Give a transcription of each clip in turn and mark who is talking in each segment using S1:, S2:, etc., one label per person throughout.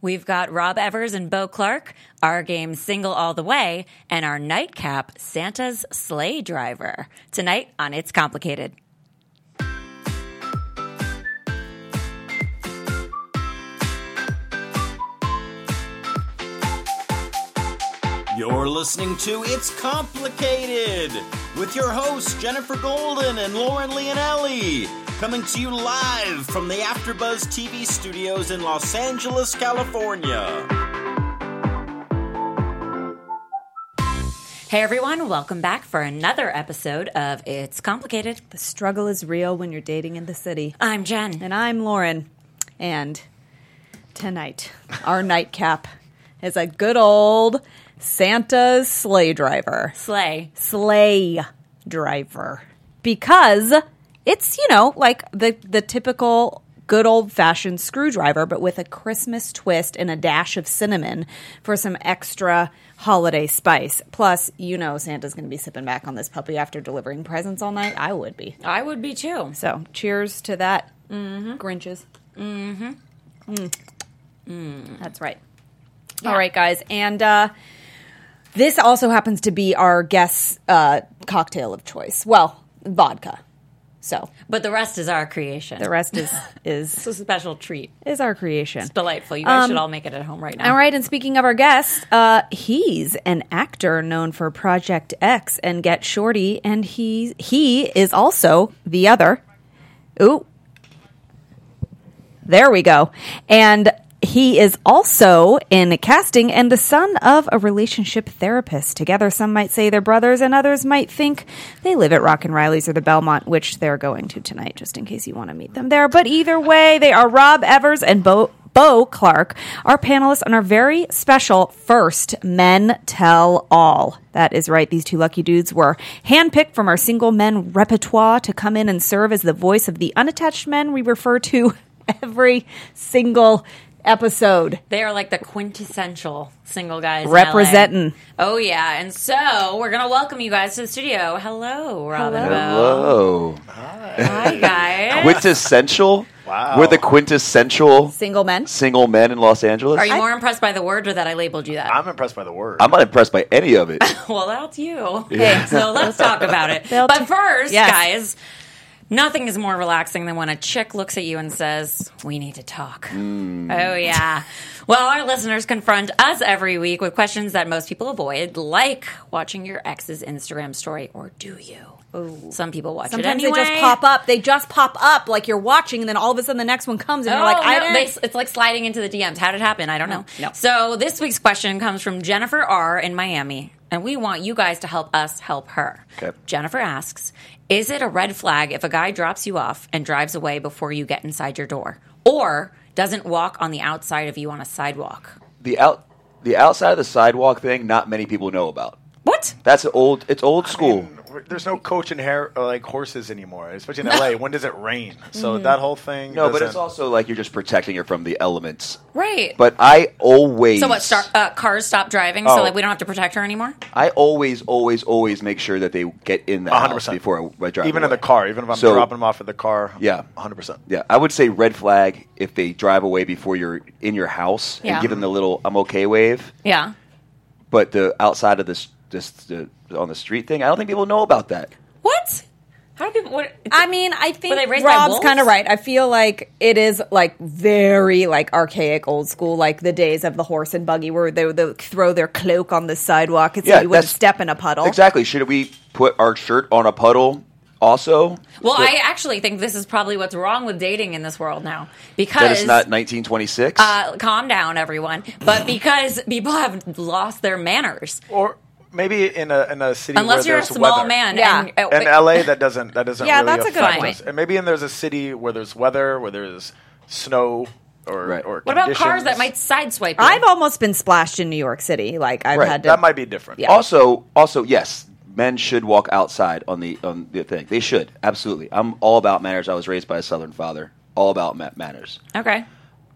S1: We've got Rob Evers and Bo Clark, our game Single All the Way, and our nightcap, Santa's Sleigh Driver, tonight on It's Complicated.
S2: You're listening to It's Complicated with your hosts Jennifer Golden and Lauren Leonelli, coming to you live from the AfterBuzz TV studios in Los Angeles, California.
S1: Hey everyone, welcome back for another episode of It's Complicated.
S3: The struggle is real when you're dating in the city.
S1: I'm Jen.
S3: And I'm Lauren. And tonight, our nightcap is a good old Santa's sleigh driver.
S1: Sleigh.
S3: Sleigh driver. Because it's, you know, like the, the typical good old fashioned screwdriver, but with a Christmas twist and a dash of cinnamon for some extra holiday spice. Plus, you know, Santa's going to be sipping back on this puppy after delivering presents all night. I would be.
S1: I would be too.
S3: So, cheers to that, Grinches. Mm-hmm. Mm. That's right. All right, guys, and uh, this also happens to be our guest uh, cocktail of choice. Well, vodka. So
S1: But the rest is our creation.
S3: the rest is is
S1: It's a special treat.
S3: is our creation.
S1: Delightful. You guys should all make it at home right now.
S3: All right, Um, and speaking of our guest, uh, he's an actor known for Project X and Get Shorty, and he he is also the other. Ooh, there we go, and he is also in casting and the son of a relationship therapist. Together, some might say they're brothers, and others might think they live at Rock and Riley's or the Belmont, which they're going to tonight, just in case you want to meet them there. But either way, they are Rob Evers and Bo. Bo Clark, our panelists on our very special first Men Tell All. That is right. These two lucky dudes were handpicked from our single men repertoire to come in and serve as the voice of the unattached men we refer to every single episode.
S1: They are like the quintessential single guys. in
S3: Representing.
S1: LA. Oh yeah, and so we're gonna welcome you guys to the studio. Hello, Robin.
S4: Hello.
S1: Hi guys.
S4: Quintessential? Wow. We're the quintessential
S3: Single men.
S4: single men in Los Angeles?
S1: Are you more impressed by the word or that I labeled you that?
S5: I'm impressed by the word.
S4: I'm not impressed by any of it.
S1: well, that's you. Okay, so let's talk about it.
S3: They'll
S1: but
S3: t-
S1: first,
S3: Yes.
S1: guys, nothing is more relaxing than when a chick looks at you and says, We need to talk.
S3: Mm.
S1: Oh, yeah. Well, our listeners confront us every week with questions that most people avoid, like watching your ex's Instagram story, or do you? Some people watch
S3: Sometimes
S1: it anyway.
S3: they just pop up. They just pop up like you're watching, and then all of a sudden the next one comes, and
S1: Oh,
S3: you're like, I
S1: no,
S3: don't.
S1: they- it's like sliding into the DMs. How did it happen? I don't know. So this week's question comes from Jennifer R in Miami, and we want you guys to help us help her.
S4: Okay.
S1: Jennifer asks, "Is it a red flag if a guy drops you off and drives away before you get inside your door, or doesn't walk on the outside of you on a sidewalk?"
S4: The out the outside of the sidewalk thing not many people know about.
S1: What?
S4: That's old it's old school.
S5: We're- There's no coach and hair or like horses anymore, especially in LA. When does it rain? So that whole thing.
S4: no, but
S5: doesn't-
S4: it's also like you're just protecting her from the elements.
S1: Right.
S4: But I always
S1: so what? Star, uh, cars stop driving, so
S4: Oh.
S1: like we don't have to protect her anymore.
S4: I always, always, always make sure that they get in the house
S5: 100%.
S4: before I, I drive.
S5: even in
S4: away.
S5: the car, even if I'm
S4: So-
S5: dropping them off at the car.
S4: Yeah.
S5: 100. percent
S4: Yeah, I would say red flag if they drive away before you're in your house
S1: Yeah.
S4: and give them the little I'm okay wave.
S1: Yeah.
S4: But the outside of this, this the, on the street thing, I don't think people know about that.
S1: What? How do people? What?
S3: I mean, I
S1: Were they
S3: think
S1: raised by
S3: Rob's
S1: wolves?
S3: kind of right. I feel like it is like very like archaic, old school, like the days of the horse and buggy, where they would they would throw their cloak on the sidewalk and so
S4: Yeah,
S3: you wouldn't
S4: that's-
S3: step in a puddle.
S4: Exactly. Should we put our shirt on a puddle? Also,
S1: Well,
S4: That-
S1: I actually think this is probably what's wrong with dating in this world now because
S4: that is not 1926.
S1: uh, calm down, everyone. But because people have lost their manners,
S5: Or maybe in a in a city
S1: unless
S5: where
S1: you're a
S5: there's
S1: small
S5: weather.
S1: man,
S3: Yeah.
S1: and, uh,
S5: In LA, that doesn't that doesn't
S3: Yeah,
S5: really
S3: that's a good
S5: affect
S1: point.
S5: us. And maybe in there's a city where there's weather, where there's snow or
S4: Right.
S5: or
S1: What about cars
S5: conditions.
S1: that might sideswipe? You?
S3: I've almost been splashed in New York City. Like I've
S4: Right,
S3: had to.
S5: that might be different.
S3: Yeah.
S4: also, also, yes, men should walk outside on the on the thing. They should absolutely. I'm all about manners. I was raised by a Southern father. All about ma- manners.
S1: okay.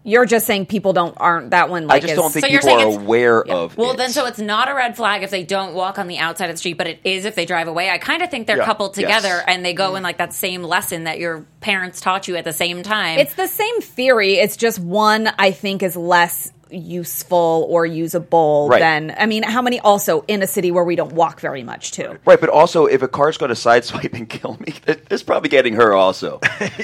S3: you're just saying people don't aren't that one. Like,
S4: I just
S3: is-
S4: don't think
S1: So you're
S4: people
S1: saying
S4: are
S1: it's-
S4: aware of.
S1: Well,
S4: it.
S1: then, so it's not a red flag if they don't walk on the outside of the street, but it is if they drive away. I kind of think they're
S5: Yeah.
S1: coupled
S4: Yes.
S1: together and they go in like that same lesson that your parents taught you at the same time.
S3: It's the same theory. It's just one I think is less useful or usable
S4: Right.
S3: than I mean, how many also in a city where we don't walk very much too?
S4: Right, but also if a car's going to sideswipe and kill me, that- that's probably getting her also.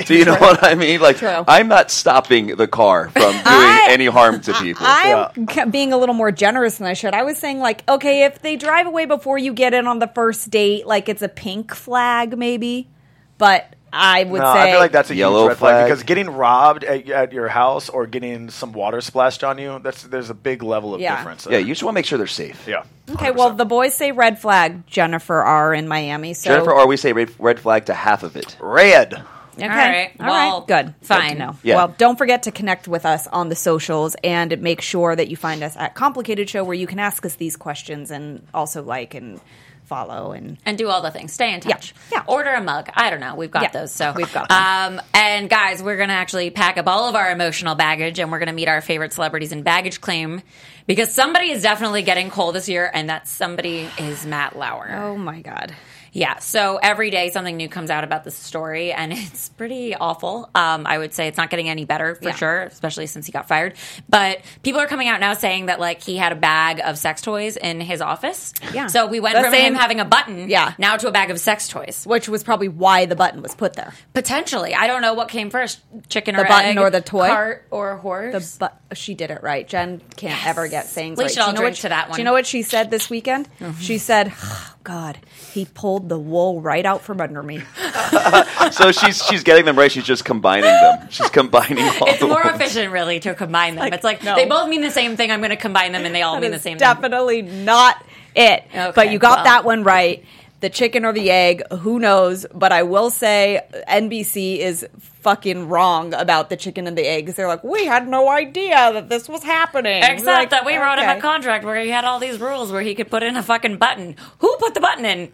S4: Do you know what I mean? Like,
S3: True.
S4: I'm not stopping the car from doing
S3: I-
S4: any harm to people.
S3: I'm ca- being a little more generous than I should. I was saying like, okay, if they drive away before you get in on the first date, like it's a pink flag maybe, but I would
S5: No,
S3: say
S5: Uh, I feel like that's a
S4: Yellow
S5: huge red flag.
S4: flag.
S5: because getting robbed at, at your house or getting some water splashed on you, that's there's a big level of
S3: Yeah.
S5: difference.
S4: yeah,
S5: there.
S4: you just want to make sure they're safe.
S5: yeah.
S3: Okay, well, the boys say red flag. Jennifer R. in Miami. So
S4: Jennifer, or we say red, red flag to half of it.
S5: red.
S1: Okay.
S3: All right. All right.
S1: Well,
S3: Good.
S1: Fine.
S3: No.
S4: Yeah.
S3: Well, don't forget to connect with us on the socials and make sure that you find us at Complicated Show where you can ask us these questions and also like and follow and
S1: and do all the things. Stay in touch.
S3: Yeah.
S1: Order a mug. I don't know. We've got
S3: Yeah.
S1: those. So
S3: We've got
S1: Um, and guys, we're gonna actually pack up all of our emotional baggage, and we're gonna meet our favorite celebrities in baggage claim because somebody is definitely getting coal this year, and that somebody is Matt Lauer.
S3: Oh my god.
S1: Yeah. So every day something new comes out about this story, and it's pretty awful. Um, I would say it's not getting any better for
S3: Yeah.
S1: sure, especially since he got fired. But people are coming out now saying that like he had a bag of sex toys in his office.
S3: Yeah.
S1: So we went
S3: The
S1: from
S3: same-
S1: him having a button,
S3: Yeah.
S1: now to a bag of sex toys.
S3: Which was probably why the button was put there.
S1: Potentially, I don't know what came first: chicken or
S3: The button
S1: egg,
S3: or the toy?
S1: cart or horse.
S3: The bu- she did it right. Jen can't
S1: Yes.
S3: ever get things
S1: We
S3: right.
S1: should
S3: Do you
S1: all
S3: know
S1: drink
S3: what-
S1: to that
S3: Do you
S1: one. Mm-hmm.
S3: know what she said this weekend? She said, oh, "God, he pulled the wool right out from under me."
S4: So she's she's getting them right. She's just combining them. She's combining all
S1: it's
S4: the
S1: more
S4: ones.
S1: efficient, really, to combine them. it's like
S3: no.
S1: they both mean the same thing. I'm going to combine them, and they all
S3: That
S1: mean the
S3: is
S1: same thing.
S3: definitely not it.
S1: Okay,
S3: but you got
S1: well.
S3: that one right. The chicken or the egg, who knows? But I will say NBC is fucking wrong about the chicken and the egg. 'cause They're like, we had no idea that this was happening.
S1: Except
S3: Like,
S1: that we wrote him
S3: okay.
S1: a contract where he had all these rules where he could put in a fucking button. Who put the button in?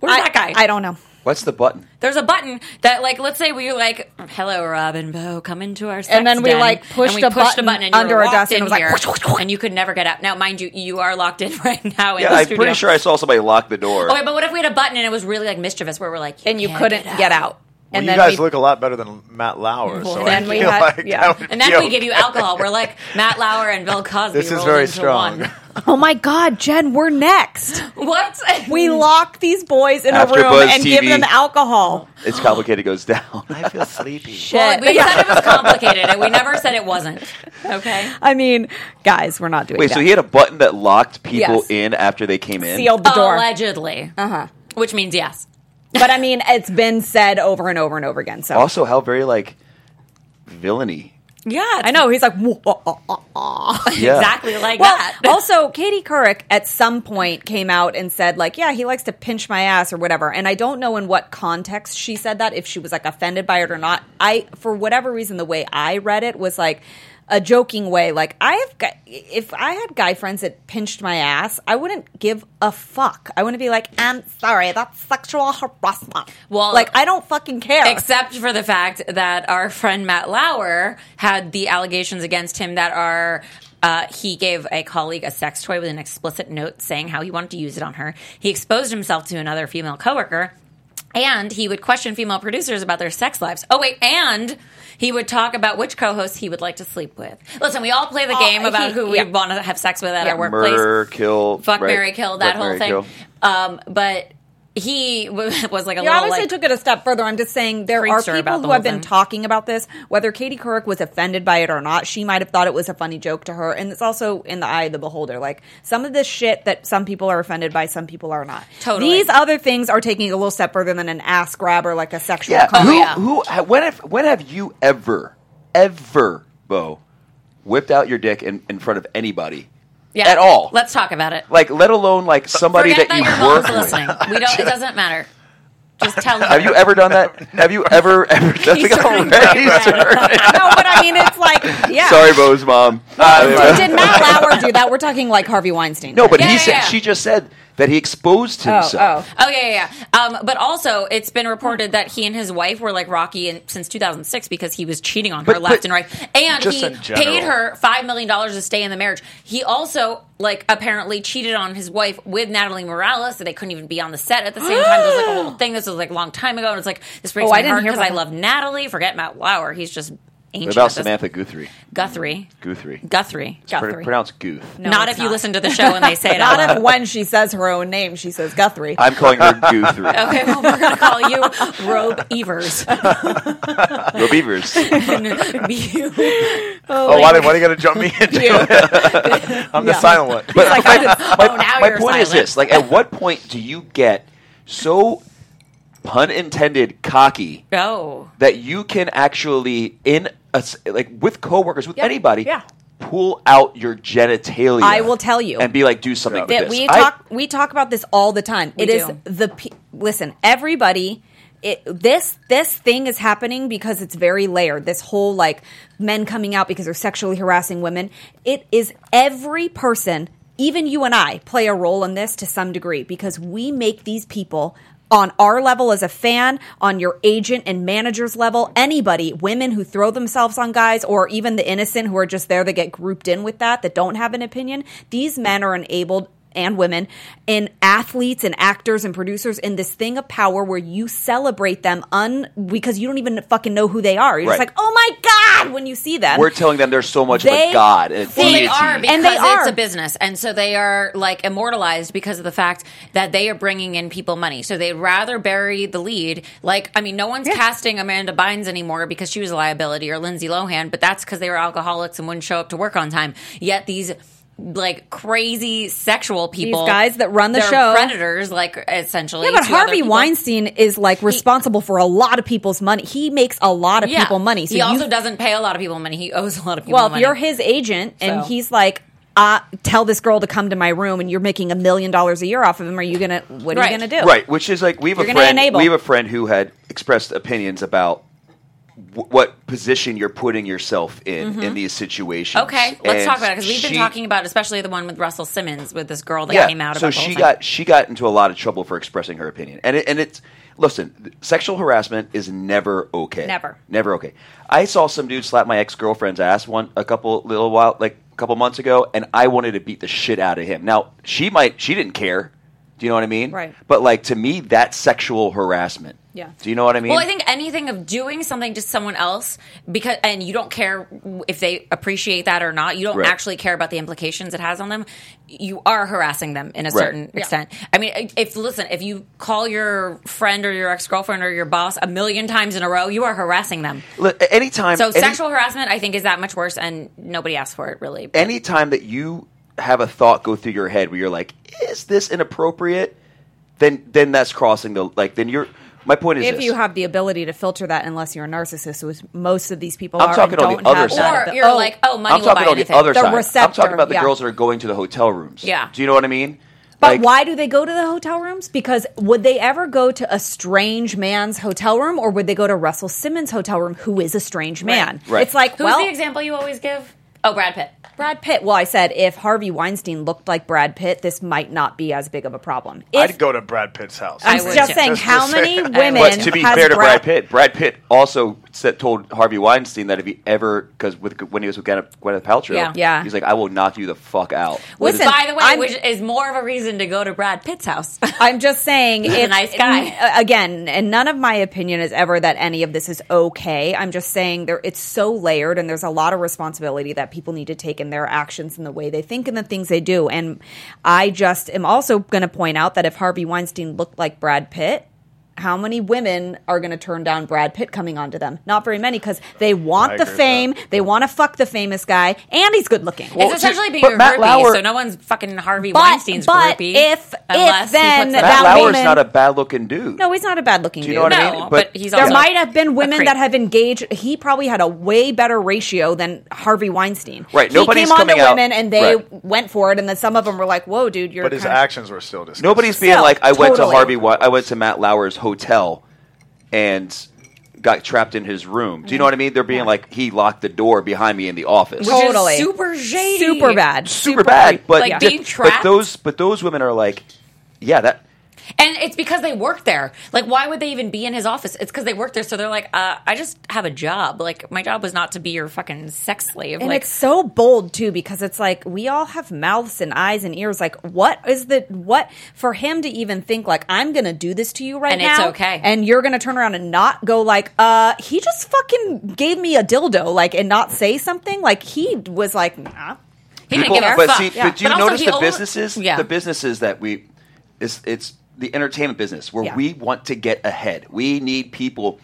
S1: Where's
S3: I,
S1: that guy?
S3: I don't know.
S4: What's the button?
S1: There's a button that, like, let's say we like, hello, Robin Bo, come into our sex
S3: And then we,
S1: den."
S3: like, pushed
S1: and
S3: a
S1: we pushed
S3: button
S1: a button and you
S3: under
S1: were
S3: a
S1: locked
S3: desk and
S1: in
S3: it was like,
S1: here, and you could never get out. Now, mind you, you are locked in right now. In
S4: Yeah,
S1: the
S4: I'm
S1: studio. Oh,
S4: pretty sure I saw somebody lock the door.
S1: Okay, but what if we had a button and it was really like mischievous, where we're like,
S3: And you
S1: can't
S3: couldn't
S1: get out.
S3: get out.
S5: Well,
S3: and
S5: you
S3: then
S5: guys
S3: we-
S5: look a lot better than Matt Lauer. so
S3: then
S5: I
S3: we
S5: feel
S3: had-
S5: like
S3: yeah.
S5: that would
S1: And then
S5: be
S1: we
S5: okay.
S1: give you alcohol. We're like Matt Lauer and Bill Cosby.
S5: This is
S1: rolled
S5: very
S1: into
S5: strong.
S1: one.
S3: Oh my God, Jen, we're next.
S1: What?
S3: We lock these boys in
S4: After
S3: a room
S4: Buzz
S3: and give
S4: TV.
S3: them alcohol.
S4: It's complicated. Goes down.
S5: I feel sleepy.
S1: Well,
S3: Shit.
S1: we said it was complicated, and we never said it wasn't. Uh, Okay.
S3: I mean, guys, we're not doing
S4: Wait,
S3: that.
S4: so he had a button that locked people
S3: Yes.
S4: in after they came in.
S3: sealed the door. Uh-huh.
S1: Allegedly. Uh huh. Which means yes.
S3: but I mean, it's been said over and over and over again. So
S4: Also, how very like villainy.
S1: Yeah.
S3: I know he's like, "Whoa, oh, oh, oh."
S4: Yeah.
S1: Exactly like
S3: well.
S1: that.
S3: also, Katie Couric at some point came out and said, like, yeah, he likes to pinch my ass or whatever. And I don't know in what context she said that, if she was like offended by it or not. I, for whatever reason, the way I read it was like a joking way. Like, I have, gu- if I had guy friends that pinched my ass, I wouldn't give a fuck. I wouldn't be like, I'm sorry, that's sexual harassment.
S1: Well-
S3: like, I don't fucking care.
S1: Except for the fact that our friend Matt Lauer had the allegations against him that are. Uh, he gave a colleague a sex toy with an explicit note saying how he wanted to use it on her. He exposed himself to another female coworker, and he would question female producers about their sex lives. Oh wait, and he would talk about which co-hosts he would like to sleep with. Listen, we all play the
S3: Oh,
S1: game about
S3: he-
S1: who we
S3: yeah.
S1: want to have sex with at
S3: Yeah.
S1: our workplace
S4: Murder, kill,
S1: fuck,
S4: right.
S1: Mary marry, kill, that
S4: Fuck,
S1: whole
S4: marry,
S1: thing.
S4: kill.
S1: Um, but he w- was like a
S3: You
S1: little
S3: obviously
S1: like,
S3: took it a step further. I'm just saying there are
S1: Preacher about
S3: people
S1: the
S3: who have
S1: whole
S3: been
S1: thing.
S3: talking about this. Whether Katie Couric was offended by it or not, she might have thought it was a funny joke to her. And it's also in the eye of the beholder. Like some of this shit that some people are offended by, some people are not.
S1: Totally.
S3: These other things are taking a little step further than an ass grab or like a sexual.
S4: Yeah.
S3: comment.
S4: who,
S1: yeah.
S4: who? ha- When have when have you ever, ever, Bo, whipped out your dick in, in front of anybody?
S1: yeah,
S4: At all?
S1: Let's talk about it.
S4: Like, let alone like somebody
S1: Forget
S4: that you
S1: your mom's
S4: work with.
S1: listening. We don't. It doesn't matter. Just tell her.
S4: Have you ever done that? Have you ever ever done
S1: He's turning
S4: that?
S1: red.
S4: He's turning-
S3: no, but I mean, it's like, yeah.
S4: Sorry, Bo's mom. Uh,
S3: So did Matt Lauer do that? We're talking like Harvey Weinstein.
S4: no, but
S1: Yeah,
S4: he
S1: yeah,
S4: said
S1: yeah.
S4: she just said that he exposed
S3: oh,
S4: himself.
S3: oh.
S1: Oh yeah, yeah. yeah. Um, but also, it's been reported that he and his wife were like rocky in, since 2006 because he was cheating on her
S4: But-
S1: left
S4: but
S1: and right, and
S5: just
S1: he
S5: in general.
S1: paid her five million dollars to stay in the marriage. He also like apparently cheated on his wife with Natalie Morales, so they couldn't even be on the set at the same time. It was like a whole thing. This was like a long time ago, and it's like this breaks
S3: Oh,
S1: my
S3: I didn't
S1: heart
S3: hear
S1: because
S3: about
S1: I
S3: that.
S1: love Natalie. Forget Matt Lauer; he's just ancient.
S4: What about
S1: at this-
S4: Samantha Guthrie?
S1: Guthrie.
S4: Guthrie.
S1: Guthrie.
S4: It's pr-
S3: Guthrie.
S4: pronounced Gooth.
S3: No,
S1: not
S3: it's
S1: if you listen to the show and they say it. out
S3: Not
S1: loud.
S3: if when she says her own name, she says Guthrie.
S4: I'm calling her Guthrie.
S1: Okay, well, we're going to call you Robe Evers.
S4: The Beavers.
S1: you.
S5: Oh, why, did- why do you got to jump me into it? I'm the silent one.
S4: But my, my-
S1: oh, now
S4: my
S1: you're
S4: point is
S1: silent.
S4: this: like, at what point do you get so pun intended cocky
S1: Oh.
S4: that you can actually in a s like with coworkers with
S3: Yeah,
S4: anybody
S3: yeah.
S4: pull out your genitalia?
S3: I will tell you.
S4: and be like, do something with
S3: that
S4: this.
S3: we
S4: I-
S3: talk we talk about this all the time. It is
S1: do.
S3: the pe- listen, everybody it, this this thing is happening because it's very layered. This whole like men coming out because they're sexually harassing women. It is every person, even you and I, play a role in this to some degree because we make these people on our level as a fan, on your agent and manager's level, anybody, women who throw themselves on guys, or even the innocent who are just there that get grouped in with that, that don't have an opinion, these men are enabled and women and athletes and actors and producers in this thing of power where you celebrate them un because you don't even fucking know who they are. You're just
S4: Right.
S3: like, oh my God, when you see them.
S4: we're telling them there's so much of
S3: They-
S4: a god. and a
S1: Well, they
S4: deity.
S1: are because
S3: And they
S1: it's
S3: are.
S1: a business, and so they are like immortalized because of the fact that they are bringing in people money. So they'd rather bury the lead. Like, I mean, no one's casting Amanda Bynes anymore because she was a liability, or Lindsay Lohan, but that's because they were alcoholics and wouldn't show up to work on time. Yet these. Like crazy sexual people,
S3: guys that run the
S1: they're
S3: show.
S1: predators, like essentially.
S3: Yeah, but
S1: to other
S3: Harvey
S1: people.
S3: Weinstein is like responsible for a lot of people's money. He makes a lot of
S1: Yeah.
S3: people money. So
S1: he
S3: you
S1: also doesn't pay a lot of people money. He owes a lot of people.
S3: Well, if
S1: money.
S3: you're his agent and
S1: So.
S3: he's like, uh, tell this girl to come to my room and you're making a million dollars a year off of him, are you gonna what are
S1: Right.
S3: you gonna do?
S4: Right, which is like we have
S3: You're
S4: a
S3: gonna
S4: friend.
S3: enable.
S4: We have a friend who had expressed opinions about w- what position you're putting yourself in
S3: Mm-hmm.
S4: in these situations.
S1: Okay, let's
S4: And
S1: talk about it because we've been
S4: she-
S1: talking about, especially the one with Russell Simmons with this girl that
S4: yeah,
S1: came out. about
S4: So
S1: the
S4: she
S1: whole thing.
S4: got she got into a lot of trouble for expressing her opinion, and it, and it's listen, th- sexual harassment is never okay.
S1: Never.
S4: never okay. I saw some dude slap my ex girlfriend's ass one a couple little while like a couple months ago, and I wanted to beat the shit out of him. Now she might she didn't care. Do you know what I mean?
S3: Right.
S4: But like to me, that's sexual harassment.
S3: Yeah.
S4: Do you know what I mean?
S1: Well, I think anything of doing something to someone else because, and you don't care if they appreciate that or not. You don't
S4: Right.
S1: actually care about the implications it has on them. You are harassing them in a
S4: Right.
S1: certain extent. I mean, if listen, if you call your friend or your ex girlfriend or your boss a million times in a row, you are harassing them.
S4: Li- anytime.
S1: So
S4: any-
S1: sexual harassment, I think, is that much worse, and nobody asked for it really.
S4: anytime that you have a thought go through your head where you're like, "Is this inappropriate?" Then then that's crossing the like. Then you're. My point is,
S3: If
S4: this.
S3: you have the ability to filter that, unless you're a narcissist, which most of these people
S4: I'm
S3: are,
S4: talking
S3: and
S4: on the
S3: don't
S4: other
S3: have
S4: side.
S3: that.
S1: or you're
S3: Oh,
S1: like, oh, money
S4: I'm
S1: will
S4: talking
S1: buy
S4: on the
S1: anything.
S4: other
S3: The
S4: side. I'm
S3: receptor,
S4: talking about the
S3: yeah.
S4: girls that are going to the hotel rooms.
S1: Yeah.
S4: Do you know what I mean?
S3: But
S4: Like,
S3: why do they go to the hotel rooms? Because would they ever go to a strange man's hotel room, or would they go to Russell Simmons' hotel room, who is a strange man?
S4: Right.
S3: It's like,
S1: Who's
S3: well,
S1: the example you always give? Oh, Brad Pitt.
S3: Brad Pitt. Well, I said if Harvey Weinstein looked like Brad Pitt, this might not be as big of a problem. If,
S5: I'd go to Brad Pitt's house.
S1: I
S3: I'm
S1: would
S3: just
S1: too.
S3: saying,
S5: Just to
S3: how
S5: say-
S3: many
S5: I would.
S3: women?
S4: But to be
S3: has
S4: fair to Brad Pitt, Brad Pitt also said, told Harvey Weinstein that if he ever, because with when he was with Gwyneth, Gwyneth Paltrow,
S1: Yeah.
S3: Yeah.
S4: he's like, I will knock you the fuck out.
S3: Listen,
S4: What is-
S1: By the way,
S3: I'm-
S1: which is more of a reason to go to Brad Pitt's house.
S3: I'm just saying,
S1: a
S3: if,
S1: nice guy.
S3: n- Again, and none of my opinion is ever that any of this is okay. I'm just saying there it's so layered, and there's a lot of responsibility that people need to take in their actions and the way they think and the things they do. And I just am also going to point out that if Harvey Weinstein looked like Brad Pitt. How many women are going to turn down Brad Pitt coming onto them? Not very many because they want
S5: I
S3: the
S5: agree with that.
S3: fame, they want to fuck the the famous guy, and he's good looking.
S1: it's essentially being
S4: but
S1: a
S4: Matt
S1: groupie,
S4: Lauer-
S1: so no one's fucking Harvey
S3: But-
S1: Weinstein's
S3: but
S1: groupie.
S3: if- if
S1: unless he
S3: then
S1: puts it
S3: that
S1: out.
S4: Matt Lauer's
S3: woman-
S4: not a bad looking dude.
S3: No, he's not a bad looking
S4: Do
S3: dude.
S4: you know what I
S1: No,
S4: mean?
S1: but he's
S3: There
S1: also-
S3: might have been
S1: A
S3: women
S1: creep.
S3: that have engaged. He probably had a way better ratio than Harvey Weinstein.
S4: Right,
S3: He
S4: nobody's
S3: came on
S4: coming
S3: to
S4: out-
S3: women and they
S4: right.
S3: went for it, and then some of them were like, "Whoa, dude, you're."
S5: but his
S3: kind of-
S5: actions were still disgusting.
S4: Nobody's being
S3: Still,
S4: like, I went to
S3: totally.
S4: Harvey, Wei- I went to Matt Lauer's hotel and got trapped in his room. Do you know what I mean? They're being like, he locked the door behind me in the office.
S1: Which is
S3: Totally.
S1: super shady,
S3: super bad,
S4: super bad, but
S1: Like
S4: just-
S1: being trapped.
S4: But those, but those women are like, yeah, that
S1: And it's because they work there. Like, why would they even be in his office? It's because they work there. So they're like, uh, I just have a job. Like, my job was not to be your fucking sex slave.
S3: And
S1: like,
S3: it's so bold too because it's like we all have mouths and eyes and ears. Like, what is the what for him to even think like I'm gonna do this to you right
S1: And
S3: now?
S1: it's okay.
S3: And you're gonna turn around and not go like, uh, he just fucking gave me a dildo, like, and not say something. Like he was like, nah.
S1: he didn't
S4: People-
S1: give a
S4: but
S1: fuck.
S4: see,
S1: Yeah.
S4: but do you
S1: also
S4: notice
S1: he
S4: the
S1: only-
S4: businesses?
S1: Yeah.
S4: The businesses that we, it's, it's the entertainment business where
S3: Yeah.
S4: we want to get ahead. We need people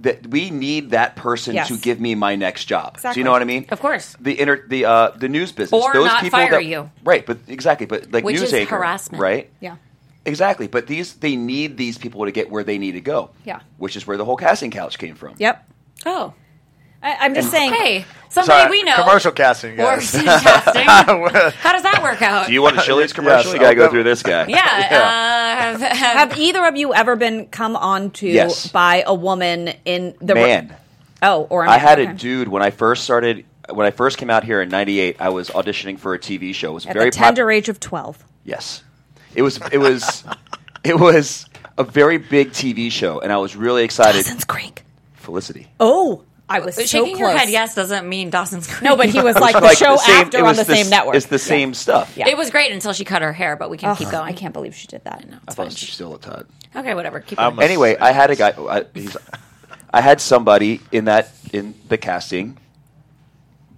S4: that we need that person
S3: Yes.
S4: to give me my next job. Do
S3: Exactly.
S4: you know what I mean?
S1: Of course.
S4: The inter, the uh, the news business.
S1: Or
S4: Those
S1: not
S4: people
S1: fire
S4: that,
S1: you.
S4: Right, but exactly, but like
S1: Which is
S4: news anchor,
S1: harassment.
S4: right?
S3: Yeah.
S4: Exactly, but these they need these people to get where they need to go.
S3: Yeah.
S4: which is where the whole casting couch came from.
S3: Yep.
S1: Oh,
S3: I, I'm just saying.
S1: hey, somebody
S5: Sorry,
S1: we know.
S5: Commercial casting,
S1: Or
S5: guys.
S1: casting. How does that work out?
S4: Do you want a Chili's
S5: Yes,
S4: commercial? you gotta go through this guy.
S1: yeah. Uh, have, have-
S3: Have either of you ever been come on to
S4: Yes.
S3: by a woman in the
S4: man.
S3: Oh, or a
S4: I
S3: man,
S4: had
S3: okay.
S4: a dude when I first started. When I first came out here in '98, I was auditioning for a TV show. It was
S3: at
S4: very
S3: the tender
S4: popular.
S3: age of twelve.
S4: Yes, it was. It was. it was a very big TV show, and I was really excited.
S3: Dawson's Creek.
S4: Felicity.
S3: Oh, I was so
S1: shaking
S3: close.
S1: your head yes doesn't mean Dawson's Creek.
S3: No, but he was
S4: It
S3: like the
S4: like
S3: show
S4: same-
S3: after
S4: it
S3: on
S4: was
S3: the same network.
S4: It's the same stuff.
S3: Yeah.
S1: It was great until she cut her hair, but we can keep going.
S3: I can't believe she did that.
S4: I thought she still at Todd.
S1: Okay, whatever. Keep
S5: I'm
S1: going.
S5: a-
S4: Anyway, I had a guy. I, he's, I had somebody in that in the casting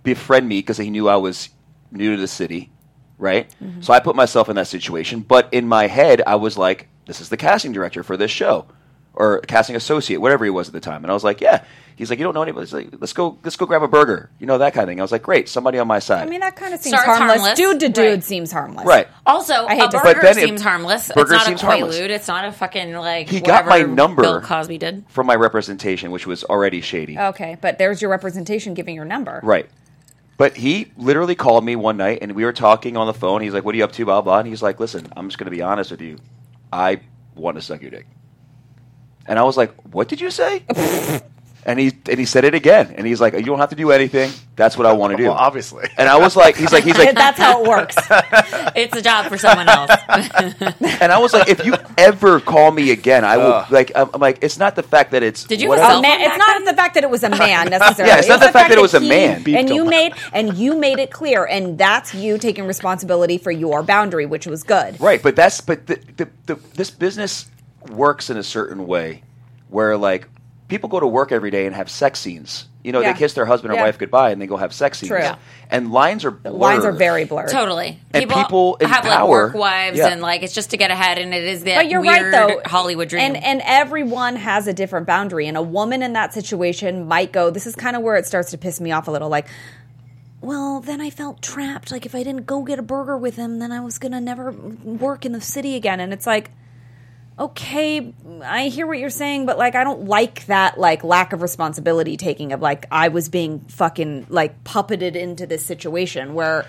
S4: befriend me because he knew I was new to the city, right?
S3: Mm-hmm.
S4: So I put myself in that situation, but in my head, I was like, "This is the casting director for this show." Or casting associate, whatever he was at the time, and I was like, "Yeah." He's like, "You don't know anybody." He's like, "Let's go, let's go grab a burger," you know that kind of thing. I was like, "Great, somebody on my side."
S3: I mean, that kind of seems
S1: Starts
S3: harmless.
S1: harmless.
S3: Dude to dude
S1: Right.
S3: seems harmless.
S4: right?
S1: Also,
S3: I hate
S1: a
S3: to-
S1: burger
S4: But then it-
S1: seems harmless. It's
S4: burger
S1: not
S4: seems
S1: a
S4: harmless.
S1: quaalude. It's not a fucking like.
S4: He got my
S1: whatever
S4: number.
S1: Bill Cosby did.
S4: From my representation, which was already shady.
S3: Okay, but there's your representation giving your number.
S4: Right. But he literally called me one night and we were talking on the phone. He's like, What are you up to? Blah, blah. And he's like, Listen, I'm just going to be honest with you. I want to suck your dick. And I was like, What did you say? and he and he said it again. And he's like, You don't have to do anything. That's what I want to do.
S5: Well, obviously.
S4: And I was like, He's like, He's like,
S3: That's how it works.
S1: It's a job for someone else.
S4: And I was like, If you ever call me again, I will, like, I'm, I'm like, It's not the fact that it's.
S1: Did you
S4: what
S1: have
S4: I-
S1: a
S3: A man- it's not the fact that it was a man necessarily.
S4: Yeah, it's not
S3: was
S4: the fact that it was a
S3: he-
S4: man.
S3: And
S5: Beeped
S3: you
S5: him.
S3: made and you made it clear, and that's you taking responsibility for your boundary, which was good.
S4: Right, but that's but the, the, the this business works in a certain way where like people go to work every day and have sex scenes. You know,
S3: Yeah.
S4: they kiss their husband or
S3: Yeah.
S4: wife goodbye and they go have sex scenes.
S3: True. Yeah.
S4: And lines are blurred.
S3: Lines are very blurred.
S1: totally.
S4: And people in
S1: have like
S4: power-
S1: work wives
S4: Yeah.
S1: and like it's just to get ahead, and it is that
S3: But you're
S1: weird
S3: right, though.
S1: Hollywood dream.
S3: And and everyone has a different boundary. And a woman in that situation might go. This is kind of where it starts to piss me off a little. Like, well, then I felt trapped. Like if I didn't go get a burger with him, then I was gonna never work in the city again. And it's like. Okay, I hear what you're saying, but like I don't like that like lack of responsibility taking of like I was being fucking like puppeted into this situation where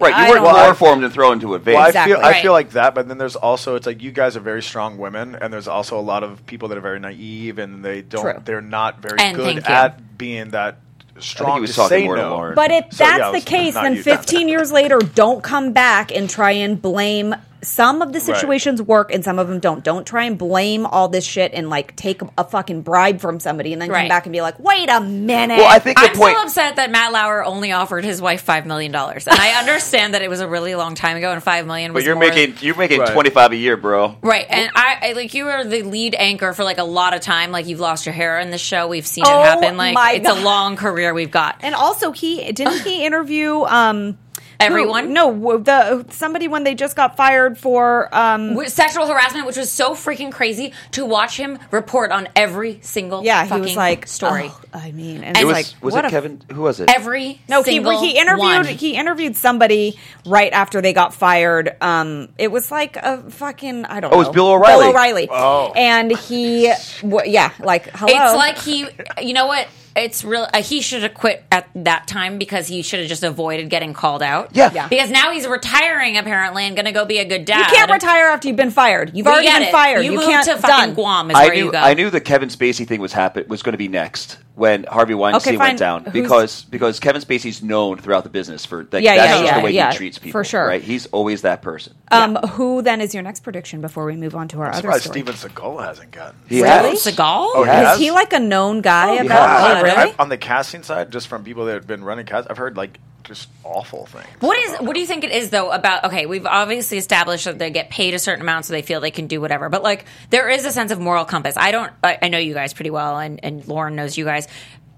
S4: Right,
S3: I
S4: you weren't
S3: don't like-
S4: chloroformed and thrown into a vase.
S5: Well,
S3: Exactly.
S5: I feel I feel
S1: Right.
S5: like that, but then there's also it's like you guys are very strong women, and there's also a lot of people that are very naive and they don't
S3: True.
S5: they're not very
S1: And
S5: good
S1: thank you.
S5: at being that strong
S4: was
S5: to
S4: talking
S5: say
S4: more to
S5: no.
S4: Lauren.
S3: But if
S5: So, yeah,
S3: that's
S5: I
S3: the
S5: was-
S3: case,
S5: not
S3: then
S5: you.
S3: 15 years later, don't come back and try and blame. Some of the situations work and some of them don't. Don't try and blame all this shit and like take a fucking bribe from somebody and then come
S1: Right.
S3: back and be like, wait a minute.
S4: well, I think the
S1: I'm
S4: point
S1: still upset that Matt Lauer only offered his wife five million dollars, and I understand that it was a really long time ago, and five million. Was
S4: but you're
S1: more-
S4: making you're making
S5: Right.
S4: 25 a year, bro.
S1: Right, and I, I like you were the lead anchor for like a lot of time. Like you've lost your hair in the show. We've seen
S3: Oh
S1: it happen. Like
S3: my
S1: it's
S3: God.
S1: a long career we've got.
S3: and also, he didn't he interview um
S1: Everyone?
S3: who- no, w- the somebody when they just got fired for um
S1: With sexual harassment, which was so freaking crazy to watch him report on every single
S3: yeah, he
S1: fucking
S3: was like
S1: story.
S3: "Oh, I mean, and
S1: It
S4: It
S3: it's
S4: was
S3: like
S4: was
S3: what
S4: it
S3: a
S4: Kevin? Who was it?
S1: Every
S3: No, he
S1: single
S3: he interviewed
S1: one.
S3: he interviewed somebody right after they got fired. Um, it was like a fucking I don't.
S4: Oh, it
S3: know.
S4: was Bill O'Reilly.
S3: Bill O'Reilly.
S5: Oh.
S3: and he, w- yeah, like hello.
S1: It's like he, you know what? It's real. Uh, he should have quit at that time because he should have just avoided getting called out.
S4: Yeah. Yeah.
S1: Because now he's retiring apparently and going to go be a good dad.
S3: you can't retire after you've been fired. You've
S1: We
S3: already
S1: get
S3: been
S1: it.
S3: fired.
S1: You,
S3: You,
S1: moved
S3: can't
S1: to fucking
S3: done.
S1: Guam is
S4: I
S1: where
S4: knew
S1: you go.
S4: I knew the Kevin Spacey thing was happen was going to be next. when Harvey Weinstein
S6: Okay, fine.
S4: went down
S6: Who's-
S4: because because Kevin Spacey's known throughout the business for that,
S6: Yeah,
S4: that's
S6: yeah,
S4: just
S6: yeah,
S4: the way
S6: yeah,
S4: he treats
S6: for
S4: people.
S6: sure.
S4: right? He's always that person.
S6: Um,
S3: Who then is your next prediction before we move on to our
S5: I'm
S3: other
S5: surprised
S3: story?
S5: Steven Seagal hasn't gotten.
S4: He
S1: Really?
S4: has.
S1: Seagal?
S5: Oh,
S4: Yes.
S3: Is he like a known guy
S4: yeah.
S3: about?
S5: I've-
S1: really?
S5: I've- on the casting side, just from people that have been running cast, I've heard like just awful things.
S1: What is? What do you think it is though? About okay, we've obviously established that they get paid a certain amount, so they feel they can do whatever. But like, there is a sense of moral compass. I don't. I, I know you guys pretty well, and and Lauren knows you guys.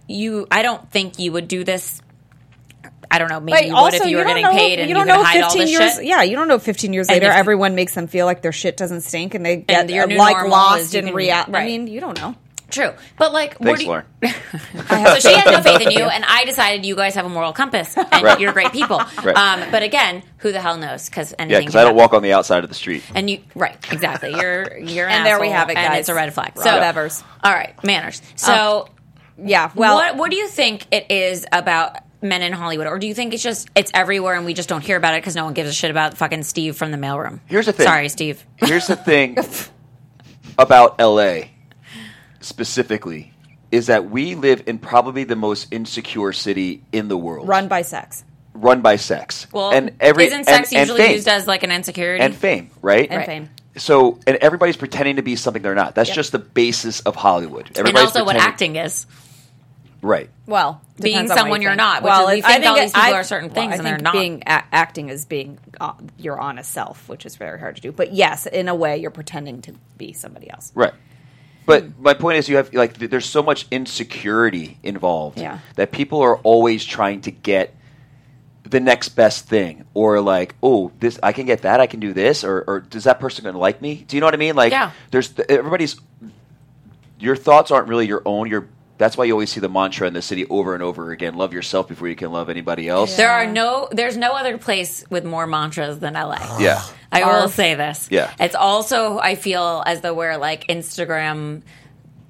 S1: You, I don't think you would do this. I don't know. Maybe you would if you, were
S3: don't
S1: getting
S3: know
S1: paid
S3: if-
S1: and you, could hide all this
S3: years.
S1: shit.
S3: Yeah, you don't know. if Fifteen years
S1: And
S3: later,
S1: if-
S3: everyone makes them feel like their shit doesn't stink, and they get
S1: your
S3: uh,
S1: new
S3: like
S1: normal is
S3: lost
S1: you
S3: in
S1: can-
S3: reality. I
S1: right.
S3: mean, you don't know.
S1: True, but like, what
S4: Thanks,
S1: do you-
S4: Lauren.
S1: so she had no faith in you, and I decided you guys have a moral compass and
S4: Right.
S1: you're great people.
S4: Right.
S1: Um, but again, who the hell knows? Because
S4: Yeah,
S1: anything.
S4: because
S1: can
S4: I don't
S1: happen.
S4: walk on the outside of the street.
S1: And you right exactly. You're you're an
S3: And there we
S1: asshole,
S3: have it,
S1: and
S3: guys.
S1: it's a red flag.
S3: Rob
S1: so
S3: Evers.
S1: All right, manners. So
S3: Yeah. Well,
S1: what what do you think it is about men in Hollywood, or do you think it's just it's everywhere and we just don't hear about it because no one gives a shit about fucking Steve from the mailroom?
S4: Here's the thing.
S1: Sorry, Steve.
S4: Here's the thing about LA specifically is that we live in probably the most insecure city in the world,
S3: run by sex.
S4: run by sex.
S1: Well,
S4: and every
S1: isn't sex
S4: and, and
S1: usually
S4: fame.
S1: used as like an insecurity?
S4: and fame, right?
S3: And
S1: Right.
S3: fame.
S4: So, and everybody's pretending to be something they're not. That's just the basis of Hollywood.
S1: And
S4: Everybody's
S1: also what acting
S4: pretending-
S1: is.
S4: Right.
S3: Well,
S1: Being
S3: depends on what
S1: someone
S3: you
S1: you're
S3: think.
S1: not, which is we
S3: it-
S1: think all
S3: it-
S1: these people
S3: I-
S1: are certain
S3: well,
S1: things
S3: I
S1: and they're
S3: think
S1: not.
S3: Being a- acting is being uh, your honest self, which is very hard to do. But yes, in a way, you're pretending to be somebody else.
S4: Right. But my point is, you have like th- there's so much insecurity involved
S3: Yeah.
S4: that people are always trying to get the next best thing, or like, oh, this I can get that, I can do this, or, or does that person going to like me? Do you know what I mean? Like,
S1: Yeah.
S4: there's th- everybody's. Your thoughts aren't really your own. Your that's why you always see the mantra in the city over and over again: love yourself before you can love anybody else.
S1: There are no there's no other place with more mantras than LA.
S4: Yeah.
S1: I will
S3: Arf.
S1: say this.
S4: Yeah.
S1: It's also I feel as though we're like Instagram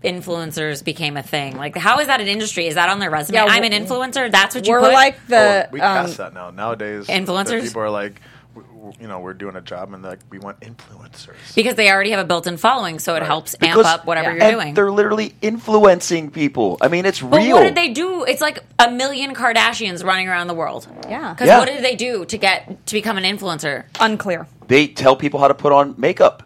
S1: influencers became a thing. Like how is that an industry? Is that on their resume?
S3: Yeah,
S1: I'm an
S3: w-
S1: influencer. That's what you
S3: We're
S1: put.
S3: like the
S5: Oh, we
S3: um,
S5: passed that now. Nowadays, the
S1: influencers?
S5: people are like, w- w- you know, we're doing a job and like we want influencers.
S1: because they already have a built-in following, so it helps amp
S4: Because-
S1: up whatever you're
S3: Yeah.
S4: and
S1: doing.
S4: they're literally influencing people. I mean, it's
S1: but
S4: real.
S1: what did they do? It's like a million Kardashians running around the world.
S3: Yeah.
S1: Because
S4: Yeah.
S1: what did they do to get to become an influencer?
S3: unclear.
S4: They tell people how to put on makeup.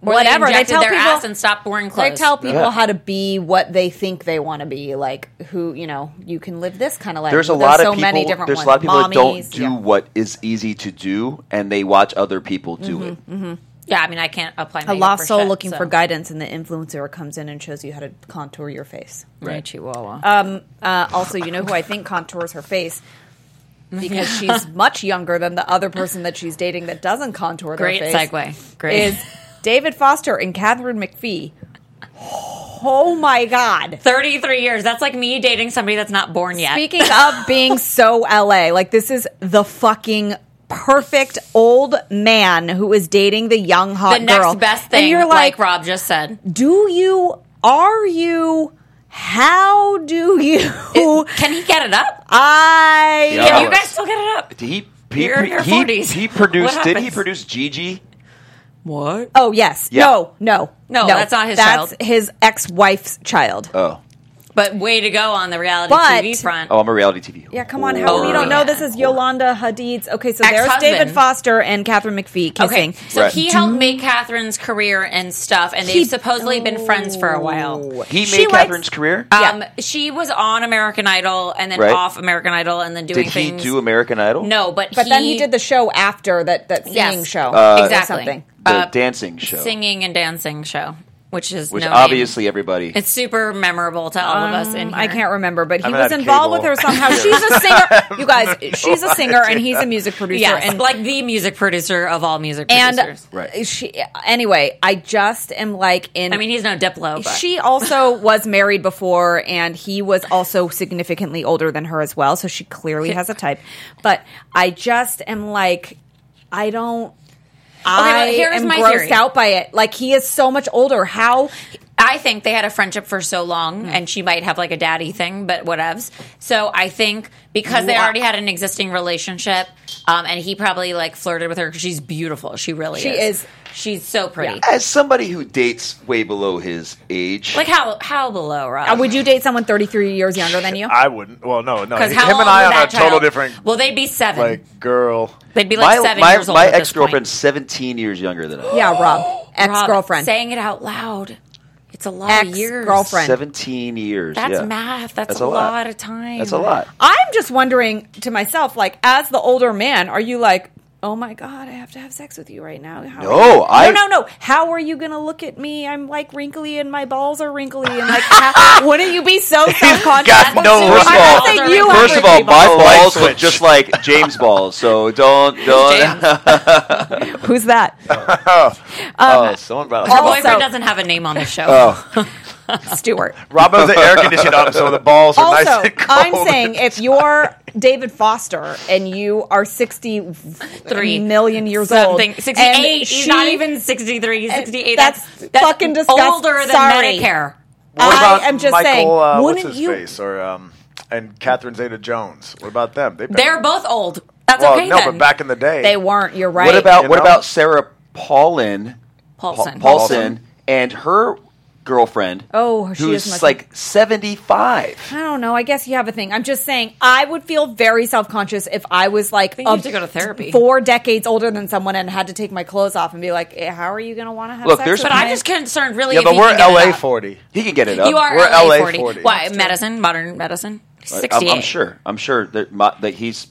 S1: Or
S3: Whatever,
S1: They,
S3: they
S1: injected
S3: tell
S1: their
S3: people-
S1: ass and stopped wearing
S3: They
S1: clothes.
S3: tell people
S4: Yeah.
S3: how to be what they think they want to be, like who you know you can live this kind of life.
S4: there's a
S3: Well,
S4: lot
S3: so
S4: of people.
S3: many different
S4: there's
S3: ones.
S4: a lot of people that don't
S3: Mommies,
S4: do
S3: yeah.
S4: what is easy to do, and they watch other people do it.
S1: Mm-hmm. Yeah, I mean, I can't apply.
S3: A
S1: makeup
S3: lost
S1: for
S3: soul
S1: shit,
S3: looking
S1: so.
S3: for guidance, and the influencer comes in and shows you how to contour your face.
S1: My chihuahua.
S3: Uh, also, you know who I think contours her face because she's much younger than the other person that she's dating that doesn't contour
S1: Great
S3: their face.
S1: segue. Great.
S3: Is David Foster and Catherine McPhee. Oh my God.
S1: 33 years. That's like me dating somebody that's not born yet.
S3: Speaking of being so LA, like this is the fucking perfect old man who is dating the young
S1: the
S3: hot
S1: next
S3: girl.
S1: best thing,
S3: And you're
S1: like,
S3: like,
S1: Rob just said.
S3: do you, are you, how do you,
S1: Can he get it up?
S3: I,
S4: Yeah.
S1: Can you guys still get it up?
S4: Did he? He,
S1: Mm-hmm. You're in your
S4: he,
S1: 40s.
S4: he produced.
S1: What
S4: Did he
S1: happens?
S4: produce Gigi?
S1: What?
S3: Oh yes.
S4: Yeah.
S3: No, no,
S1: No, that's not his
S3: That's
S1: child.
S3: his ex-wife's child.
S4: Oh,
S1: But way to go on the reality
S3: But-
S1: TV front.
S4: oh, I'm a reality TV.
S3: yeah, come on, how come
S1: Or-
S3: you don't know this is Yolanda Hadid's? Okay, so
S1: Ex-husband.
S3: there's David Foster and Catherine McPhee kissing.
S1: okay. So
S4: Right.
S1: he helped make Catherine's career and stuff, and they've
S3: He- Oh.
S1: supposedly been friends for a while.
S4: He
S3: She
S4: made
S3: likes-
S4: Catherine's career.
S1: Um, she was on American Idol and then
S4: Right.
S1: off American Idol and then doing
S4: Did he
S1: things.
S4: do American Idol?
S1: no, but,
S3: But then he did the show after that that
S1: Yes.
S3: singing show.
S1: Uh,
S3: or
S1: Exactly.
S3: something.
S4: the dancing show,
S1: Uh, singing and dancing show, which is
S4: which
S1: no name.
S4: obviously everybody.
S1: It's super memorable to all of us in here.
S3: Um, I can't remember, but he
S5: I'm
S3: was
S5: at
S3: involved
S5: cable. Oh
S3: with her somehow. She's a singer. You guys, she's a singer and he's a music producer.
S1: Yes,
S3: and
S1: like the music producer of all music
S3: and
S1: producers.
S4: Right.
S3: she anyway, I just am like in
S1: I mean, he's no Diplo, but
S3: She also was married before, and he was also significantly older than her as well. So she clearly has a type. But I just am like, I don't. I
S1: well, here's
S3: am
S1: my
S3: grossed
S1: theory.
S3: out by it. Like he is so much older. How?
S1: I think they had a friendship for so long, and she might have like a daddy thing, but whatevs. So I think because they
S3: Wow.
S1: already had an existing relationship, um, and he probably like flirted with her because she's beautiful. She really
S3: She
S1: is.
S3: is
S1: She's so pretty.
S4: As somebody who dates way below his age,
S1: Like how how below, Rob?
S3: Uh, Would you date someone 33 years younger than you?
S5: I wouldn't. Well, no, no.
S1: Because
S5: Him
S1: how old
S5: and
S1: would
S5: I on
S1: that
S5: a total
S1: child-
S5: different
S1: Well, they'd be seven.
S5: like girl.
S1: they'd be
S4: my
S1: like seven
S4: my,
S1: years old.
S4: my
S1: at this
S4: ex girlfriend's
S1: point.
S4: seventeen years younger than I. am.
S3: yeah, Rob, ex
S1: Rob,
S3: girlfriend,
S1: saying it out loud. It's a lot of years.
S3: Ex-girlfriend. friend.
S4: Seventeen years.
S1: That's
S4: yeah.
S1: math. That's,
S4: That's
S1: a,
S4: a lot.
S1: lot. of time.
S4: That's a lot.
S3: I'm just wondering to myself, like, as the older man, are you like, oh my god, I have to have sex with you right now? How
S4: No,
S3: are you-"
S4: I-
S3: no, no, no. How are you gonna look at me? I'm like wrinkly, and my balls are wrinkly, and like, how, wouldn't you be so self conscious?
S5: got no
S4: First of
S3: I
S4: all-
S3: don't think you have
S4: First of all,
S3: wrinkly
S4: my
S5: balls. Light
S4: balls look
S5: switch.
S4: just like James' balls, so don't
S1: James,
S4: don't.
S3: balls. Who's that?
S4: Oh, someone brought.
S1: her
S4: up-
S1: boyfriend
S3: Also-
S1: doesn't have a name on the show.
S3: Stewart.
S5: Robbo's air conditioned up, so the balls are nice
S3: Also,
S5: and cold.
S3: I'm saying if you're David Foster and you are 63 million years
S1: Something.
S3: old,
S1: 68.
S3: and
S1: He's not
S3: she-
S1: even 63. He's 68.
S3: that's fucking disgust-
S1: Older than
S3: sorry.
S1: Medicare.
S5: What about
S3: I am just
S5: Michael,
S3: saying,
S5: uh, what's
S3: wouldn't
S5: his
S3: you?
S5: face? Or um, and Catherine Zeta-Jones. What about them? They've been-
S1: They're both old. That's
S5: well,
S1: okay
S5: no,
S1: then.
S5: but back in the day,
S3: They weren't. You're right.
S4: What about
S5: You
S4: what
S5: know?
S4: about Sarah Paulin? Pa-
S1: Paulson.
S4: Paulson and her girlfriend.
S3: Oh, she is
S4: who's
S3: much-
S4: like seventy five.
S3: I don't know. I guess you have a thing. I'm just saying, I would feel very self conscious if I was like
S1: think you have to go to therapy.
S3: four decades older than someone and had to take my clothes off and be like, eh, "How are you going to want to have
S4: Look,
S3: sex?"
S4: there's-
S3: with
S1: But I'm
S3: me?
S1: just concerned, really.
S5: Yeah,
S1: if
S5: but
S1: you
S5: we're
S1: can get it
S5: LA
S1: up.
S5: forty.
S4: He can get it up.
S1: You are
S5: We're
S1: LA
S5: LA
S1: 40.
S5: 40.
S1: Why?
S5: That's
S1: Medicine, modern medicine.
S4: I-
S1: 68.
S4: I'm, I'm sure. I'm sure that my, that he's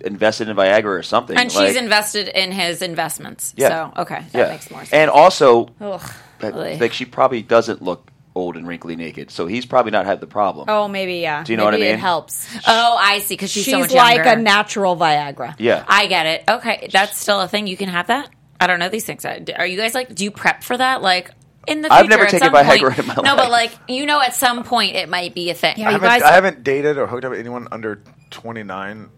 S4: invested in Viagra or something.
S1: And
S4: like-
S1: she's invested in his investments. So, okay. That
S4: Yeah.
S1: makes more sense.
S4: And also,
S3: Ugh.
S4: I
S1: Ugh.
S4: think she probably doesn't look old and wrinkly naked, so he's probably not had the problem.
S3: Oh, maybe yeah.
S4: Do you know what I
S3: Maybe
S4: mean?
S3: It helps.
S1: oh, I see. Because she's,
S3: She's
S1: so much
S3: like a
S1: younger.
S3: natural Viagra.
S4: Yeah,
S1: I get it. Okay. That's still a thing. You can have that? I don't know these things. Uh, Are you guys like, do you prep for that? Like, in the future,
S4: I've never
S1: at
S4: taken
S1: some
S4: Viagra
S1: point-
S4: in my
S1: No,
S4: life.
S1: but like, you know, at some point it might be a thing.
S3: Yeah,
S5: I
S3: you
S5: haven't,
S3: guys-
S5: I haven't dated or hooked up with anyone under 29.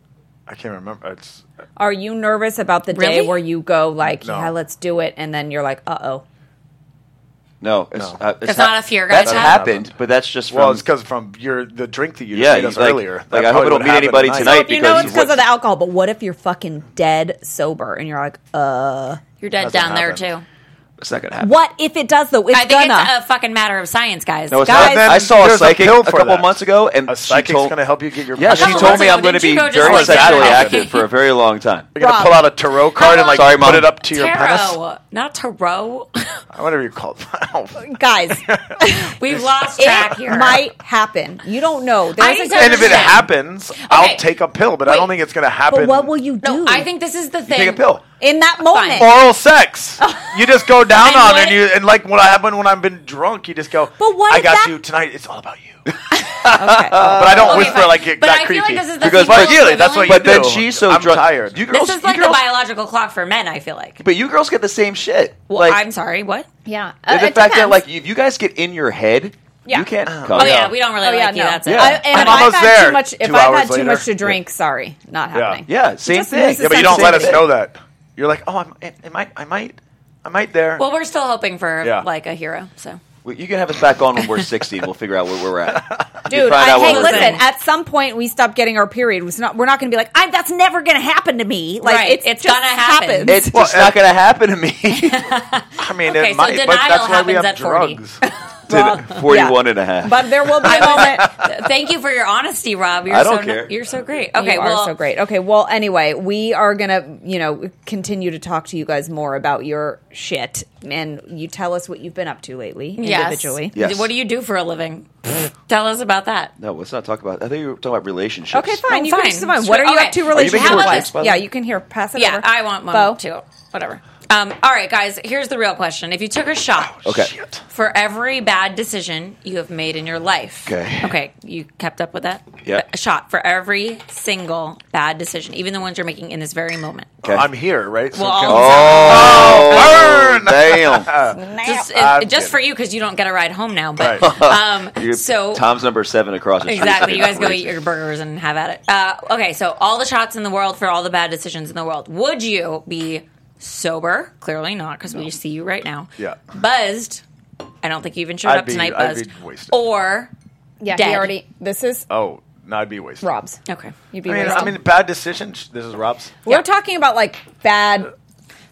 S5: I can't remember. It's
S3: Are you nervous about the day
S1: Really?
S3: where you go like,
S5: No.
S3: "Yeah, let's do it," and then you're like, "Uh oh."
S4: no, it's,
S5: No.
S4: uh, it's,
S1: That's not a fear, guys.
S4: That's
S1: That
S4: happened,
S5: happened.
S4: but that's just from,
S5: well, it's because from your the drink that you
S4: Yeah,
S5: yeah, made us
S4: you- like-
S5: earlier.
S4: like,
S5: That
S4: I hope
S5: probably
S4: I don't
S5: would
S4: meet
S5: happen
S4: anybody tonight.
S3: If you
S4: because
S3: know it's because
S4: what's-
S3: of the alcohol, but what if you're fucking dead sober and you're like, "Uh,
S1: You're dead
S5: Doesn't
S1: down there,
S5: happen.
S1: too.
S4: it's not gonna happen.
S3: what if it does though?" It's
S1: I think
S3: gonna.
S1: it's a fucking matter of science, guys.
S4: No, it's
S3: Guys-
S4: not. I saw a
S5: There's a
S4: psychic a,
S5: pill for
S4: couple
S5: that.
S4: months ago, and
S5: A
S4: she
S5: psychic's
S4: told
S5: going to help you get your.
S4: Yeah, she
S1: Couple
S4: told
S1: months
S4: me
S1: ago,
S4: I'm going to
S1: didn't you
S4: be
S1: go just
S4: very
S1: like that?
S4: sexually
S1: Yeah.
S4: active for a very long time.
S5: You're going
S3: Rob.
S5: to pull out a tarot card and like
S4: Sorry, Mom.
S5: put it up to your penis.
S1: tarot, not tarot.
S5: Whatever you call it.
S3: Guys,
S1: We've lost track here.
S3: it might happen. You don't know.
S1: I
S3: There's
S1: need
S3: a
S1: to
S5: and if it
S1: Understand.
S5: happens,
S1: Okay.
S5: I'll take a pill. But I
S1: Wait.
S5: don't think it's going to happen.
S3: but what will you do?
S1: No, I think this is the thing.
S5: take a pill?
S3: in that moment.
S5: Oral sex.
S1: Oh.
S5: You just go down
S1: And
S5: on
S1: what-
S5: and you and like what happened when I've been drunk. You just go.
S3: But what
S5: I
S3: if
S5: got
S3: that-
S5: you tonight. It's all about you.
S3: Okay.
S5: But I don't
S1: Okay,
S5: whisper
S1: fine.
S5: like it
S1: But
S5: got
S1: I feel
S5: creepy.
S1: like this is the
S4: Because
S1: thing with
S5: ideally,
S1: the
S5: that's
S1: women.
S5: what you
S4: But then
S5: do.
S4: she's so
S5: I'm
S4: drunk.
S5: tired.
S4: You girls,
S1: This is
S4: you
S1: like the
S4: girls,
S1: biological clock for men. I feel like.
S4: but you girls get the same shit.
S1: Well,
S4: like,
S1: I'm sorry. What?
S3: Yeah.
S4: and the fact that like if you guys get in your head,
S3: Uh, Yeah.
S4: you can't come.
S1: Oh yeah, we don't really
S3: Oh,
S1: like
S3: yeah,
S1: you.
S3: no.
S1: That's it.
S4: Yeah.
S3: I, and
S5: I'm
S3: if
S5: almost
S3: I've had
S5: there.
S3: too much, if
S5: Two
S3: I've
S5: hours
S3: had too
S5: later.
S3: much to drink, sorry, not happening.
S4: Yeah, same
S3: just
S4: thing.
S3: loses
S5: Yeah, but you
S3: sense
S5: don't let
S3: of
S5: us know that. You're like, oh, I'm, I might, I might, I might there.
S1: Well, we're still hoping for
S5: Yeah.
S1: like a hero. So
S4: Well, You can have us back on when we're 60 and we'll figure out where we're at. You
S3: Dude,
S4: find
S3: I,
S4: out what
S3: hey,
S4: we're
S3: listen.
S4: doing.
S3: At some point, we stop getting our period. It's not, we're not going to be like, I, "That's never going to happen to me." Like,
S1: Right.
S3: it's,
S1: It's
S3: just
S1: gonna happen.
S3: happens.
S4: It's
S5: Well, uh,
S4: just not going to happen to me.
S5: I mean,
S1: Okay,
S5: it
S1: so
S5: might, but
S1: denial
S5: that's why we
S1: happens
S5: have
S1: at 40.
S5: drugs.
S4: Did 41
S3: yeah.
S4: and a half.
S3: but there will be a moment.
S1: Th- uh, thank you for your honesty, Rob. You're
S4: I don't
S1: so
S4: care.
S1: you're so great. Okay,
S3: you
S1: well,
S3: are so great. Okay, well, anyway, we are gonna, you know, continue to talk to you guys more about your shit, and you tell us what you've been up to lately
S1: yes.
S3: individually.
S4: Yes.
S1: What do you do for a living? Tell us about that.
S4: no, let's not talk about I think you were talking about relationships.
S3: Okay, fine.
S1: Oh,
S3: you can
S1: fine.
S3: just fine. What are you
S1: Okay.
S3: up to
S1: Are you
S4: making
S3: relationship
S4: drinks,
S3: wise?
S4: by the
S3: Yeah,
S4: way?
S3: you can hear. Pass it
S1: Yeah,
S3: over.
S1: I want one
S3: Bo.
S1: too. Whatever. Um, all right, guys. Here's the real question: If you took a shot,
S4: Okay.
S5: Shit.
S1: for every bad decision you have made in your life.
S4: Okay.
S1: Okay. You kept up with that?
S4: Yeah.
S1: A shot for every single bad decision, even the ones you're making in this very moment.
S4: Okay.
S5: I'm here, right? So
S1: Well,
S5: can-
S1: all-
S4: Oh, damn.
S1: Just, it-
S5: I'm
S1: just
S5: kidding.
S1: for you because you don't get a ride home now. But
S5: Right.
S1: um,
S4: You're-
S1: so
S4: Tom's number seven across the street.
S1: exactly, you guys go eat your burgers and have at it. Uh, okay, so all the shots in the world for all the bad decisions in the world. Would you be sober? Clearly not because we see you right now.
S5: Yeah.
S1: Buzzed. I don't think you even showed
S5: I'd
S1: up
S5: be-
S1: tonight.
S5: I'd
S1: Buzzed.
S5: be wasted.
S1: Or
S3: yeah,
S1: Dead.
S3: he already. This is
S5: oh, no, I'd be wasted.
S3: Rob's.
S1: okay,
S3: You'd be
S5: I mean,
S3: wasted.
S5: I mean, bad decisions. This is Rob's.
S1: Uh,
S3: We're talking about like bad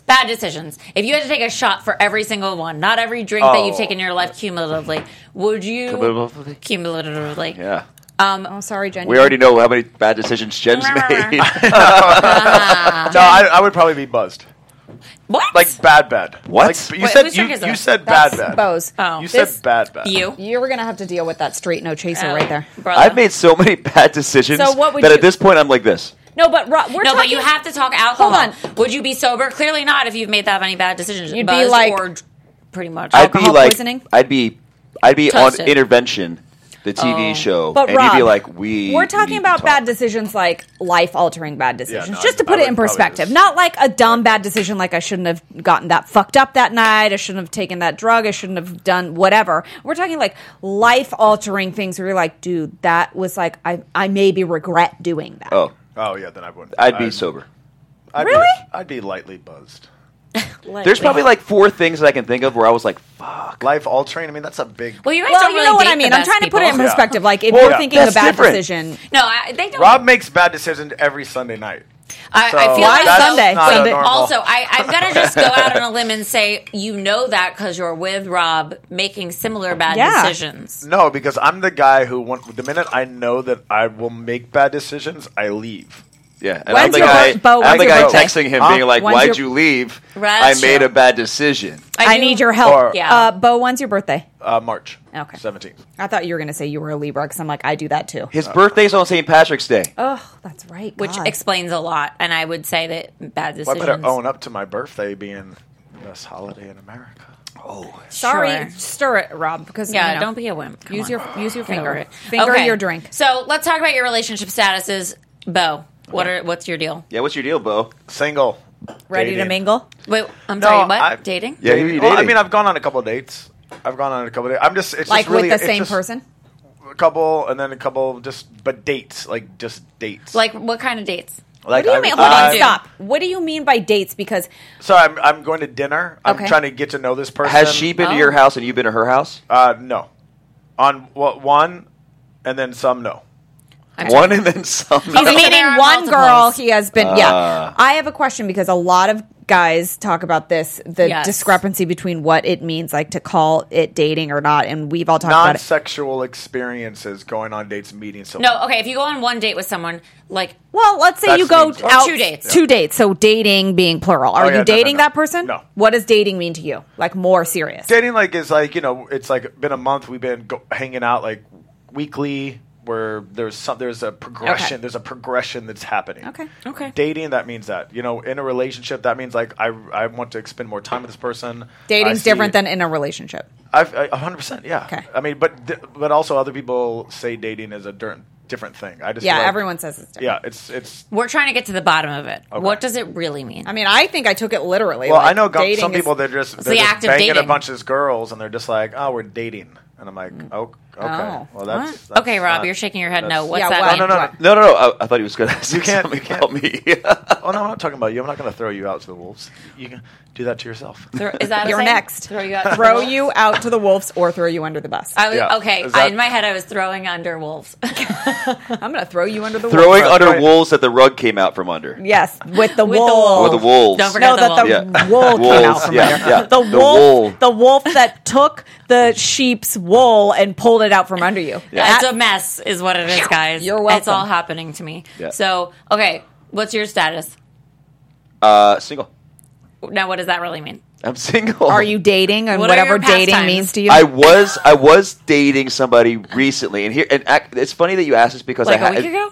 S1: Bad decisions. If you had to take a shot for every single one, not every drink that you've
S4: Oh.
S1: taken in your life cumulatively, would you
S4: Cumulatively?
S1: Cumulatively.
S4: Yeah.
S1: um,
S3: Oh, sorry, Jen.
S4: We already know how many bad decisions Jen's made.
S1: Uh-huh.
S5: No, I, I would probably be buzzed.
S1: What?
S5: Like bad, bad.
S4: What?
S5: Like, you
S1: Wait,
S5: said
S1: whose
S5: you,
S1: drink is
S5: you
S1: this?
S5: said
S3: That's
S5: bad, bad.
S3: Bose.
S1: Oh.
S5: You said
S3: This-
S5: bad, bad.
S1: you
S3: You were gonna have to deal with that straight no chaser
S1: Oh,
S3: right there.
S1: brother.
S4: I've made so many bad decisions
S3: So what would
S4: that
S3: you-
S4: at this point I'm like this.
S3: No, but Ro- we're
S1: no,
S3: talking.
S1: but you have to talk alcohol.
S3: Hold
S1: Would you be sober? Clearly not. If you've made that many bad decisions,
S3: You'd be
S1: Buzzed
S3: like-
S1: or d- pretty much.
S4: I'd be
S3: Alcohol
S4: like,
S3: poisoning?
S4: I'd be, I'd be
S1: Toasted.
S4: on intervention, the TV show,
S3: Oh. But
S4: and you'd be
S3: Rob,
S4: like, we.
S3: We're
S4: need
S3: talking
S4: to
S3: about
S4: talk.
S3: bad decisions like life altering bad decisions.
S5: no,
S3: just to
S5: I-
S3: put
S5: I
S3: it in
S5: would probably
S3: perspective.
S5: just-
S3: Not like a dumb bad decision like I shouldn't have gotten that fucked up that night, I shouldn't have taken that drug, I shouldn't have done whatever. We're talking like life altering things where you're like, dude, that was like I I maybe regret doing that.
S4: Oh,
S5: Oh yeah, then I wouldn't.
S4: I'd be sober.
S5: I'd
S3: Really?
S5: Be, I'd be lightly buzzed.
S4: There's probably like four things that I can think of where I was like, fuck.
S5: Life altering. I mean, that's a big.
S1: well, you guys
S3: Well,
S1: don't
S3: you
S1: really
S3: know what
S1: date
S3: I mean.
S1: the
S3: I'm
S1: best
S3: trying to put it in
S1: people.
S5: Yeah.
S3: perspective. Like if
S5: Well,
S3: you're
S5: yeah,
S3: thinking a
S4: that's
S3: bad
S4: different.
S3: decision,
S1: No, I, they don't.
S5: Rob makes bad decisions every Sunday night.
S1: I,
S5: So
S1: I feel like
S5: that's
S3: Sunday.
S5: Not a
S3: Sunday.
S5: normal-
S1: Also, I, I'm gonna just go out on a limb and say you know that because you're with Rob making similar bad
S3: Yeah.
S1: decisions.
S5: No, because I'm the guy who, want, the minute I know that I will make bad decisions, I leave.
S4: Yeah, and
S3: When's
S4: I'm the
S3: your
S4: guy.
S3: bir- Bo, when's
S4: I'm the
S3: your
S4: guy
S3: birthday?
S4: texting him,
S5: Huh?
S4: being like,
S3: When's
S4: "Why'd
S3: your-
S4: you leave?
S1: Right,
S4: I made
S1: sure.
S4: a bad decision."
S3: I,
S1: do-
S3: need your help.
S5: Or-
S1: Yeah.
S3: Uh, Bo, when's your birthday?
S5: Uh, March.
S3: Okay.
S5: 17th.
S3: I thought you were going to say you were a Libra because I'm like, I do that too.
S4: His birthday's on St. Patrick's Day.
S3: Oh, that's right.
S1: which
S3: God.
S1: explains a lot. And I would say that bad
S5: Well, I
S1: decisions.
S5: better own up to my birthday being the best holiday in America.
S3: Sorry,
S1: Sure.
S3: stir it, Rob. Because
S1: Yeah,
S3: you know,
S1: don't be a wimp. Come
S3: use
S1: on.
S3: your use your finger.
S1: Over it.
S3: Finger
S1: Okay.
S3: your drink.
S1: So let's talk about your relationship statuses, Bo. What are what's your deal?
S4: Yeah, what's your deal, Bo?
S5: Single.
S3: Ready to
S5: Dating.
S3: mingle?
S1: Wait, I'm
S5: No,
S1: sorry. What
S5: I-
S1: dating?
S4: Yeah, who you
S5: Well, I
S4: dating?
S5: mean, I've gone on a couple of dates. I've gone on a couple of dates. I'm just it's
S3: Like
S5: just really,
S3: with
S5: it's
S3: the same
S5: just
S3: person?
S5: A couple, and then a couple, just but dates, like just dates.
S1: Like what kind of dates?
S5: like
S3: What do you
S5: I-
S3: mean? Hold
S5: I-
S3: on, stop. What do you mean by dates? Because
S5: So I'm I'm going to dinner. I'm
S3: Okay.
S5: trying to get to know this person.
S4: Has she been
S1: Oh.
S4: to your house and you've been to her house?
S5: Uh, no. On what one, and then some no.
S4: One and then some.
S1: He's
S3: he's
S1: there
S3: meeting
S1: are
S3: one
S1: multiples.
S3: girl. He has been.
S5: Ah.
S3: yeah, I have a question because a lot of guys talk about this the
S1: Yes.
S3: discrepancy between what it means, like to call it dating or not, and we've all talked about it.
S5: Non-sexual experiences, going on dates, meeting someone.
S1: No, okay. If you go on one date with someone, like
S3: Well, let's say
S5: That's
S3: you go
S5: means- Or
S3: out
S1: two dates.
S3: Two dates. So dating being plural. Are
S5: Oh,
S3: you
S5: yeah, no, no,
S3: dating
S5: no.
S3: that person?
S5: No.
S3: What does dating mean to you? Like more serious.
S5: dating like is like you know it's like been a month we've been go- hanging out like weekly where there's some there's a progression
S3: Okay.
S5: there's a progression that's happening
S3: Okay.
S1: Okay.
S5: dating that means that you know in a relationship that means like i i want to spend more time with this person I
S3: Dating's
S5: see-
S3: different than in a relationship.
S5: I've, I, 100% yeah
S3: Okay.
S5: i mean but th- but also other people say dating is a dir- different thing i just
S3: Yeah,
S5: feel like-
S3: everyone says it's different.
S5: yeah it's it's
S1: we're trying to get to the bottom of it. What does it really mean?
S3: I mean, I think I took it literally.
S5: well
S3: like,
S5: i know go-
S3: dating
S5: some
S3: is-
S5: people they're just
S1: It's
S5: they're
S1: the
S5: just
S1: act of
S5: banging a
S1: dating.
S5: bunch of girls and they're just like oh we're dating and i'm like oh okay
S3: Oh.
S5: well
S1: What?
S5: that's, that's
S1: okay, Rob,
S5: not-
S1: you're shaking your head. No,
S5: that's-
S1: what's
S3: Yeah,
S1: that
S3: what?
S1: mean?
S5: no no no
S4: No, no, no. I, I thought he was going to ask you
S5: can't-
S4: something
S5: you can't.
S4: about me.
S5: Oh no, I'm not talking about you. I'm not going to throw you out to the wolves. You can do that to yourself.
S1: Throw- Is that a
S3: You're
S1: saying?
S3: next.
S1: Throw you out.
S3: throw you out to the wolves or throw you under the bus.
S1: I was,
S5: Yeah.
S1: Okay,
S5: Is
S1: I,
S5: that-
S1: in my head, I was throwing under wolves.
S3: I'm going to throw you under the wolves.
S4: Throwing under
S5: Right.
S4: wolves that the rug came out from under.
S3: Yes, with the
S1: With the
S3: wool.
S4: Or the wolves.
S1: Don't forget
S3: No, that the
S4: wolf. Yeah.
S3: wool came out
S4: Wolves,
S3: from
S4: yeah,
S3: under.
S4: yeah.
S3: The,
S4: The
S3: wolf,
S4: wool.
S3: the wolf that took the sheep's wool and pulled it out from under you.
S1: It's a
S3: That-
S1: mess, is what it is, guys.
S3: You're welcome.
S1: It's all happening to me.
S4: Yeah.
S1: So, okay, what's your status?
S4: Uh, single.
S1: Now, what does that really mean?
S4: I'm single.
S3: are you dating and
S1: What are your
S3: whatever dating
S1: pastimes?
S3: means to you?
S4: I was I was dating somebody recently, and here and ac- it's funny that you asked this because
S1: Like
S4: I
S1: a
S4: had
S1: week ago?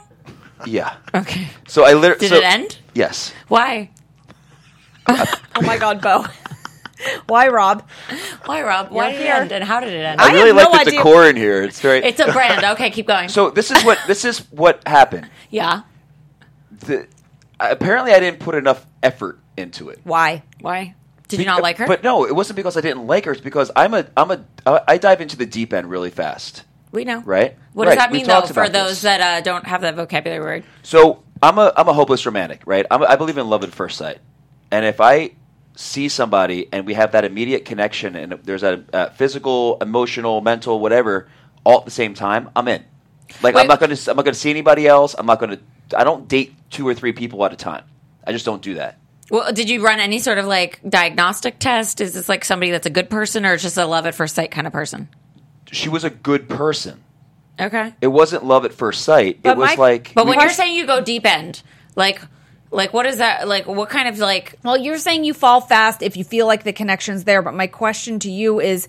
S4: yeah.
S1: Okay.
S4: So I literally
S1: Did it end?
S4: Yes,
S1: Why?
S3: oh my God, Bo. Why, Rob?
S1: Why, Rob? Why did it
S3: here.
S1: end? And how did it end?
S4: I,
S3: I
S4: really
S3: have
S4: like
S3: no
S4: the
S3: idea.
S4: decor in here. It's very
S1: it's a brand. Okay, keep going.
S4: so. This is what this is what happened.
S1: yeah.
S4: The, apparently, I didn't put enough effort into it.
S3: Why?
S1: Why? Did you not like her?
S4: But no, it wasn't because I didn't like her. It's because I'm a I'm a I I dive into the deep end really fast.
S1: we know.
S4: Right?
S1: What
S4: Right,
S1: does that
S4: we
S1: mean, though,
S4: talked
S1: for
S4: about
S1: those
S4: this.
S1: that uh, don't have that vocabulary word?
S4: So I'm a I'm a hopeless romantic, right? I'm a, I believe in love at first sight, and if I see somebody and we have that immediate connection, and there's a, a physical, emotional, mental, whatever, all at the same time, I'm in. Like
S1: Wait.
S4: I'm not gonna I'm not gonna see anybody else. I'm not gonna I don't date two or three people at a time. I just don't do that.
S1: Well, did you run any sort of like diagnostic test? Is this like somebody that's a good person or just a love at first sight kind of person?
S4: She was a good person.
S1: Okay.
S4: It wasn't love at first sight. it
S3: But
S4: was
S3: my-
S4: like
S1: But when
S4: we
S1: you're
S4: just-
S1: saying you go deep end, like, like what is that? Like, what kind of like?
S3: Well, you're saying you fall fast if you feel like the connection's there, but my question to you is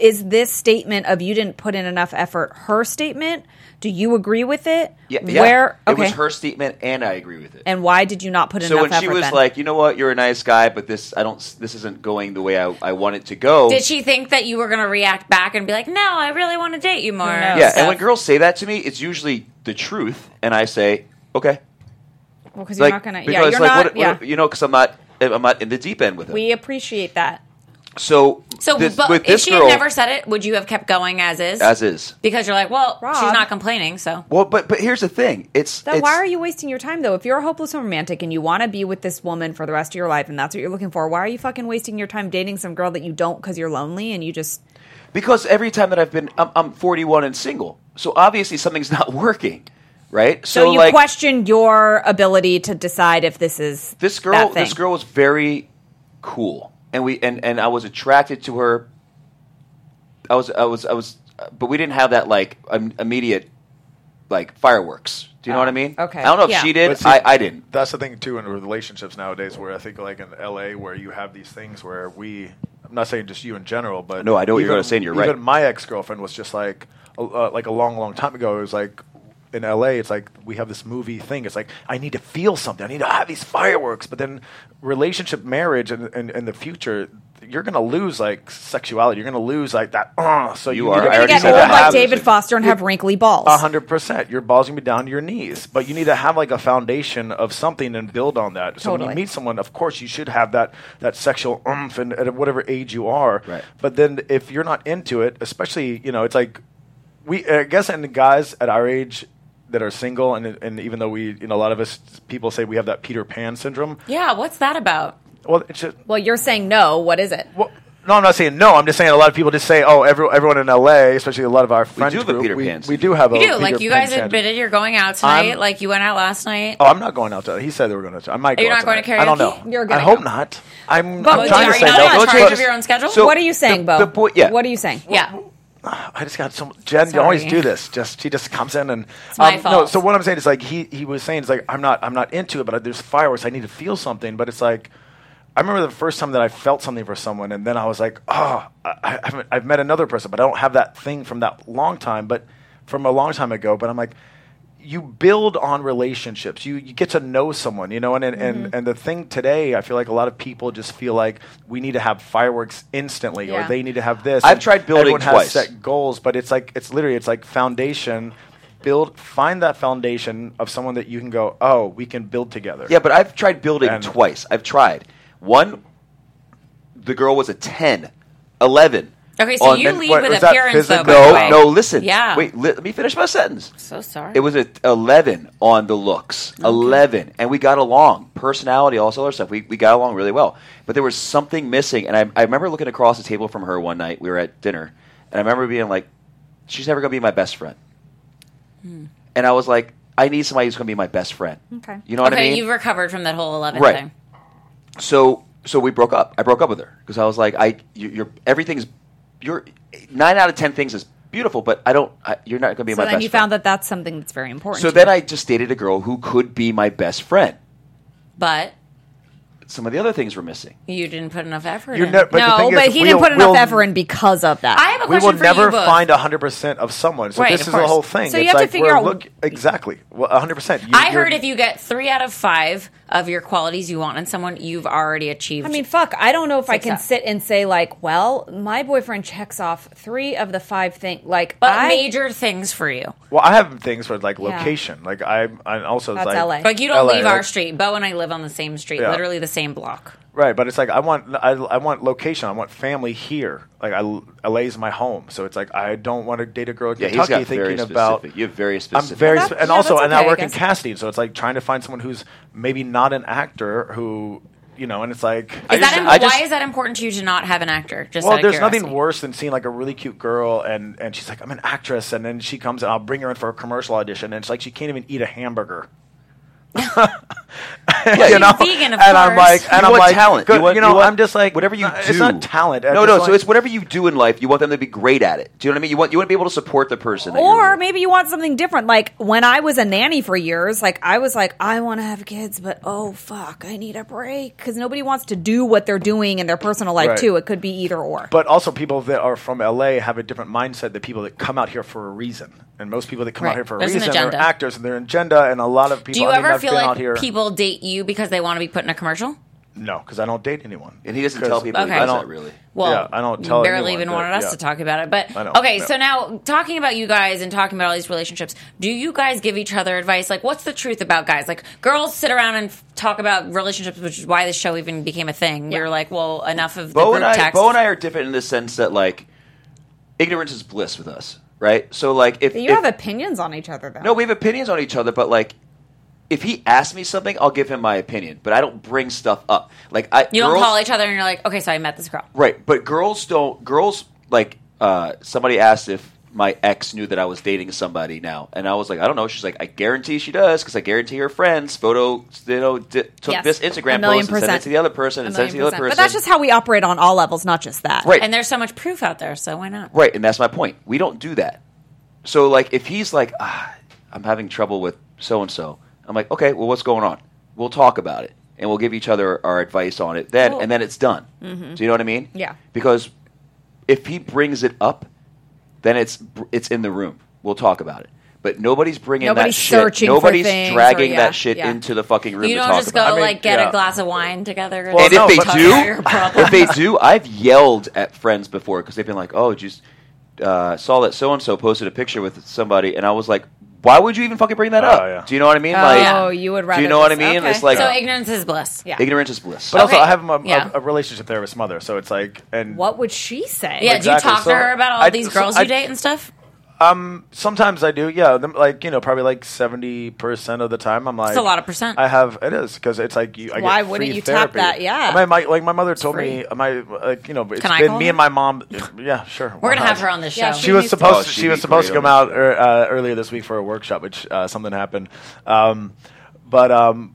S3: is this statement of you didn't put in enough effort her statement? Do you agree with it?
S4: Yeah, yeah.
S3: Where okay.
S4: it was her statement, and I agree with it.
S3: And why did you not put
S4: so
S3: enough
S4: when
S3: effort
S4: she was
S3: then?
S4: like, you know what, you're a nice guy, but this I don't this isn't going the way I, I want it to go.
S1: Did she think that you were going to react back and be like, "No, I really want to date you more"?
S3: knows?
S4: yeah,
S1: stuff?
S4: and when girls say that to me, it's usually the truth, and I say, okay,
S3: well, cuz you're
S4: like,
S3: not going to
S4: because
S3: Yeah, you're
S4: like,
S3: not
S4: what,
S3: yeah.
S4: what- you know, because I'm not I'm not in the deep end with it.
S3: we appreciate that.
S4: so
S1: so,
S4: this,
S1: but
S4: with
S1: if
S4: this
S1: she
S4: girl
S1: had never said it, would you have kept going as is?
S4: as is.
S1: because you're like, well, she's
S3: Rob.
S1: not complaining, so
S4: Well, but but here's the thing. It's
S3: Then
S4: it's-
S3: why are you wasting your time though? If you're a hopeless romantic and you want to be with this woman for the rest of your life and that's what you're looking for, why are you fucking wasting your time dating some girl that you don't cuz you're lonely and you just
S4: because every time that I've been I'm, I'm 41 and single, so obviously something's not working, right?
S3: So, you
S4: like
S3: question your ability to decide if this is
S4: this
S3: that
S4: girl
S3: thing.
S4: this girl was very cool and we and, and i was attracted to her i was i was i was but we didn't have that like um, immediate like fireworks do you know what i mean
S3: okay.
S4: i don't know if
S3: Yeah.
S4: she did
S5: But see,
S4: I, I didn't
S5: That's the thing too in relationships nowadays, where I think like in LA, where you have these things where we. I'm not saying just you in general, but
S4: No, I know what you're
S5: even-
S4: gonna say and you're
S5: even
S4: right.
S5: my ex girlfriend was just like, a- uh, like a long, long time ago. It was like in LA. It's like we have this movie thing. It's like I need to feel something. I need to have these fireworks. But then relationship, marriage, and and, and the future. You're gonna lose like sexuality. You're gonna lose like that. Uh, so
S4: You
S5: you,
S4: are.
S5: Need to
S4: I
S3: You're
S4: already
S3: gonna get
S4: said
S3: old
S4: that.
S3: like
S4: Have-
S3: David Foster and have wrinkly balls.
S5: a hundred percent. Your balls gonna be down to your knees, but you need to have like a foundation of something and build on that. So when
S3: Totally.
S5: you meet someone, of course you should have that that sexual oomph, and at whatever age you are.
S4: Right.
S5: But then if you're not into it, especially you know, it's like we I guess and the guys at our age that are single, and and even though we you know a lot of us people say we have that Peter Pan syndrome.
S1: yeah. What's that about?
S5: Well, it's just
S3: well, you're saying no. What is it?
S5: well, no, I'm not saying no. I'm just saying a lot of people just say, oh, every, everyone in LA, especially a lot of our friends
S4: do have a
S5: group,
S4: Peter
S5: we,
S4: Pan
S5: we do have a
S1: You do
S5: Peter
S1: like you
S5: Pan
S1: guys
S5: syndrome.
S1: admitted you're going out tonight,
S5: I'm-
S1: like you went out last night.
S5: Oh, I'm not going out to. He said they were going to. I might.
S1: Are
S5: Go
S1: you
S5: out
S1: not going
S5: tonight.
S1: to
S5: I don't
S1: karaoke?
S5: know.
S3: You're
S5: I
S3: gonna
S5: hope
S3: go.
S5: not. I'm.
S3: But
S5: I'm
S3: would you-
S5: trying to
S3: are you
S5: say
S3: not
S5: no.
S3: in
S5: Go
S1: charge
S5: to-
S1: of your own schedule?
S4: so-
S3: what are you saying, Bo?
S4: the point- yeah.
S3: What are you saying?
S1: yeah.
S5: I just got some. Jen
S1: Sorry.
S5: always do this. Just she just comes in and. um,
S1: my
S5: No.
S1: fault.
S5: So what I'm saying is like he he was saying is like I'm not I'm not into it, but there's fireworks. I need to feel something. But it's like. I remember the first time that I felt something for someone, and then I was like, "Oh, I, I haven't, I've met another person, but I don't have that thing from that long time, but from a long time ago." But I'm like, you build on relationships. You you get to know someone, you know, and and,
S1: Mm-hmm.
S5: and and the thing today, I feel like a lot of people just feel like we need to have fireworks instantly,
S3: Yeah.
S5: or they need to have this.
S4: I've
S5: And
S4: tried building
S5: everyone
S4: twice.
S5: Has set goals, but it's like it's literally it's like foundation. Build find that foundation of someone that you can go, oh, we can build together.
S4: yeah but i've tried building
S5: And-
S4: twice i've tried one the girl was a 10 11
S1: Okay, so
S4: on-
S1: you
S4: and-
S1: lead
S5: what-
S1: with
S5: was that
S1: appearance, though. by the
S4: no
S1: way.
S4: no listen
S1: Yeah.
S4: wait li- let me finish my sentence
S1: So sorry.
S4: It was a 11 on the looks. 11. And we got along. Personality, all this other stuff. We, we got along really well. But there was something missing. And I, I remember looking across the table from her one night. We were at dinner. And I remember being like, she's never going to be my best friend. And I was like, I need somebody who's going to be my best friend.
S3: Hmm. Okay.
S4: You know what I
S1: okay,
S4: mean?
S1: you've recovered from that whole eleven
S4: Right.
S1: thing.
S4: so so we broke up. I broke up with her because I was like, I you, you're everything's you're nine out of ten things is beautiful, but I don't. I, you're not going to be
S3: So
S4: my
S3: then
S4: best
S3: you
S4: friend.
S3: found that that's something that's very important.
S4: so
S3: to
S4: then
S3: you.
S4: I just dated a girl who could be my best friend.
S1: But
S4: Some of the other things were missing.
S1: you didn't put enough effort.
S5: You're
S1: in.
S5: ne- but the
S3: no,
S5: thing
S3: but
S5: is,
S3: he didn't
S5: we'll-
S3: put enough
S5: we'll-
S3: effort in because of that.
S1: I have a
S5: we
S1: question
S5: will
S1: for
S5: never
S1: you both.
S5: find 100% of someone. So
S1: Right,
S5: this
S1: of
S5: is the
S1: course.
S5: whole thing.
S3: So you
S5: It's
S3: have to
S5: like
S3: figure
S5: we're
S3: out-
S5: look- exactly. Well, 100%. You,
S1: I
S5: you're-
S1: heard if you get three out of five of your qualities you want in someone, you've already achieved.
S3: I mean, fuck, I don't know if I can
S1: Success.
S3: sit and say like, well, my boyfriend checks off 3 of the 5 things like
S1: but
S3: I
S1: major things for you.
S5: Well, I have things where like location. Like I, I also it's
S3: That's
S5: like,
S3: LA.
S1: Like you don't
S5: LA,
S1: leave our
S5: like-
S1: street. Bo and I live on the same street,
S5: Yeah.
S1: literally the same block.
S5: right, but it's like I want I, I want location. I want family here. Like I, LA is my home, so it's like I don't want to date a girl in
S4: Yeah, he's
S5: Kentucky
S4: got
S5: thinking
S4: very
S5: about.
S4: specific. You have very
S5: I'm
S4: specific.
S5: very
S3: Well,
S5: sp-
S3: that-
S5: and
S3: yeah,
S5: also
S3: that's
S5: and I
S3: okay, I
S5: work in
S3: guess.
S5: casting, so it's like trying to find someone who's maybe not an actor who you know, and it's like
S1: Is
S4: just-
S1: that im-
S4: I just-
S1: why is that important to you to not have an actor? Just
S5: Well,
S1: out of
S5: there's nothing
S1: curiosity.
S5: worse than seeing like a really cute girl and, and she's like, I'm an actress. And then she comes and I'll bring her in for a commercial audition. And it's like, she can't even eat a hamburger. you know?
S1: vegan, of
S5: and I'm
S1: course.
S5: like, and
S4: you
S5: I'm
S4: want
S5: like,
S4: talent.
S5: good-
S4: you, want,
S5: you know,
S4: want-
S5: I'm just like,
S4: whatever you
S5: nah,
S4: do.
S5: It's not talent. I
S4: No,
S5: just
S4: no.
S5: like-
S4: so it's whatever you do in life. You want them to be great at it. Do you know what I mean? You want you want to be able to support the person. That
S3: Or
S4: you're with.
S3: maybe you want something different. Like when I was a nanny for years, like I was like, I want to have kids, but oh fuck, I need a break because nobody wants to do what they're doing in their personal life
S5: Right.
S3: too. It could be either or.
S5: But also, people that are from LA have a different mindset than people that come out here for a reason. And most people that come
S1: Right.
S5: out here for a
S1: There's an
S5: reason are
S1: agenda.
S5: actors and their agenda, and a lot of people.
S1: Do you
S5: I mean,
S1: ever
S5: I've
S1: feel
S5: been out
S1: like
S5: here.
S1: people date you because they want to be put in a commercial?
S5: No, because I don't date anyone.
S4: and he doesn't
S5: 'Cause-
S4: tell people.
S1: Okay.
S4: He
S1: I
S4: does
S5: don't-
S4: that really.
S1: Well,
S5: Yeah, I don't
S1: you
S5: tell
S1: barely
S5: anyone
S1: even
S5: that-
S1: wanted us
S5: yeah.
S1: to talk about it. But
S5: I know,
S1: okay,
S5: yeah.
S1: so now talking about you guys and talking about all these relationships, do you guys give each other advice? Like, what's the truth about guys? Like, girls sit around and f- talk about relationships, which is why this show even became a thing. We were like, well, enough of the
S4: Bo
S1: group
S4: and I,
S1: text.
S4: Bo and I are different in the sense that like ignorance is bliss with us, right? So like if
S3: you
S4: if-
S3: have opinions on each other though.
S4: no, we have opinions on each other, but like if he asks me something, I'll give him my opinion, but I don't bring stuff up. Like I
S1: you
S4: girls,
S1: don't call each other and you're like, okay, so I met this girl.
S4: right? But girls don't. Girls like uh, somebody asked if my ex knew that I was dating somebody now, and I was like, I don't know. She's like, I guarantee she does because I guarantee her friends photo you know di- took
S3: Yes.
S4: this
S3: A
S4: Instagram
S3: million
S4: post and sent
S3: percent.
S4: it to the other person and sent it to the other person.
S3: But that's just how we operate on all levels, not just that.
S4: right.
S1: And there's so much proof out there, so why not?
S4: Right, and that's my point. We don't do that. So like if he's like, ah, I'm having trouble with so and so, I'm like, okay, well, what's going on? We'll talk about it, and we'll give each other our advice on it then,
S1: Cool.
S4: and then it's done. Do you know what I mean?
S3: Mm-hmm. Yeah.
S4: Because if he brings it up, then it's br- it's in the room. We'll talk about it. But nobody's bringing
S3: Nobody's
S4: that shit.
S3: searching for
S4: Nobody's
S3: things or-
S4: dragging
S3: yeah,
S4: that shit
S3: yeah.
S4: into the fucking room
S1: You
S4: to
S1: don't
S4: talk
S1: just go
S4: about. it.
S5: I mean,
S1: like get
S5: yeah.
S1: a glass of wine together.
S5: Well,
S4: And
S5: no,
S4: if
S5: but-
S4: they do, if they do, I've yelled at friends before because they've been like, "Oh, just uh, saw that so and so posted a picture with somebody," and I was like, "Why would you even fucking bring that
S5: Oh,
S4: up?"
S5: yeah.
S4: Do you know what I mean? like,
S1: yeah.
S3: you would
S4: do
S3: rather
S4: you know what I
S3: just-
S4: mean?
S3: okay.
S4: It's like
S1: so ignorance is bliss.
S3: Yeah.
S4: ignorance is bliss.
S5: But also,
S1: Okay.
S5: I have a, a-
S1: Yeah.
S5: a relationship therapist mother, so it's like, and
S3: What would she say?
S1: Yeah, do
S5: Exactly.
S1: you talk
S5: So
S1: to her about all
S5: I-
S1: these
S5: so
S1: girls
S5: I-
S1: you date and stuff?
S5: sometimes I do, yeah. them- Like you know, probably like seventy percent of the time, I'm like,
S1: a lot of percent.
S5: I have it is because it's like you. I
S3: Why
S5: get
S3: wouldn't
S5: free
S3: you tap
S5: therapy.
S3: that? Yeah.
S5: my, my like my mother told me
S3: free.
S5: my like you know it's
S1: Can I
S5: been
S1: call
S5: me
S1: her?
S5: and my mom. Yeah, sure.
S1: We're
S5: why
S1: gonna
S5: not?
S1: have her on the show.
S3: Yeah,
S5: Uh-huh. She was
S3: needs to-
S5: supposed
S4: Oh,
S5: to,
S4: she'd
S5: she was
S4: be
S5: supposed to
S4: great on
S5: come
S4: the
S5: out
S4: show.
S5: er, uh, earlier this week for a workshop, which uh, something happened. Um, but um,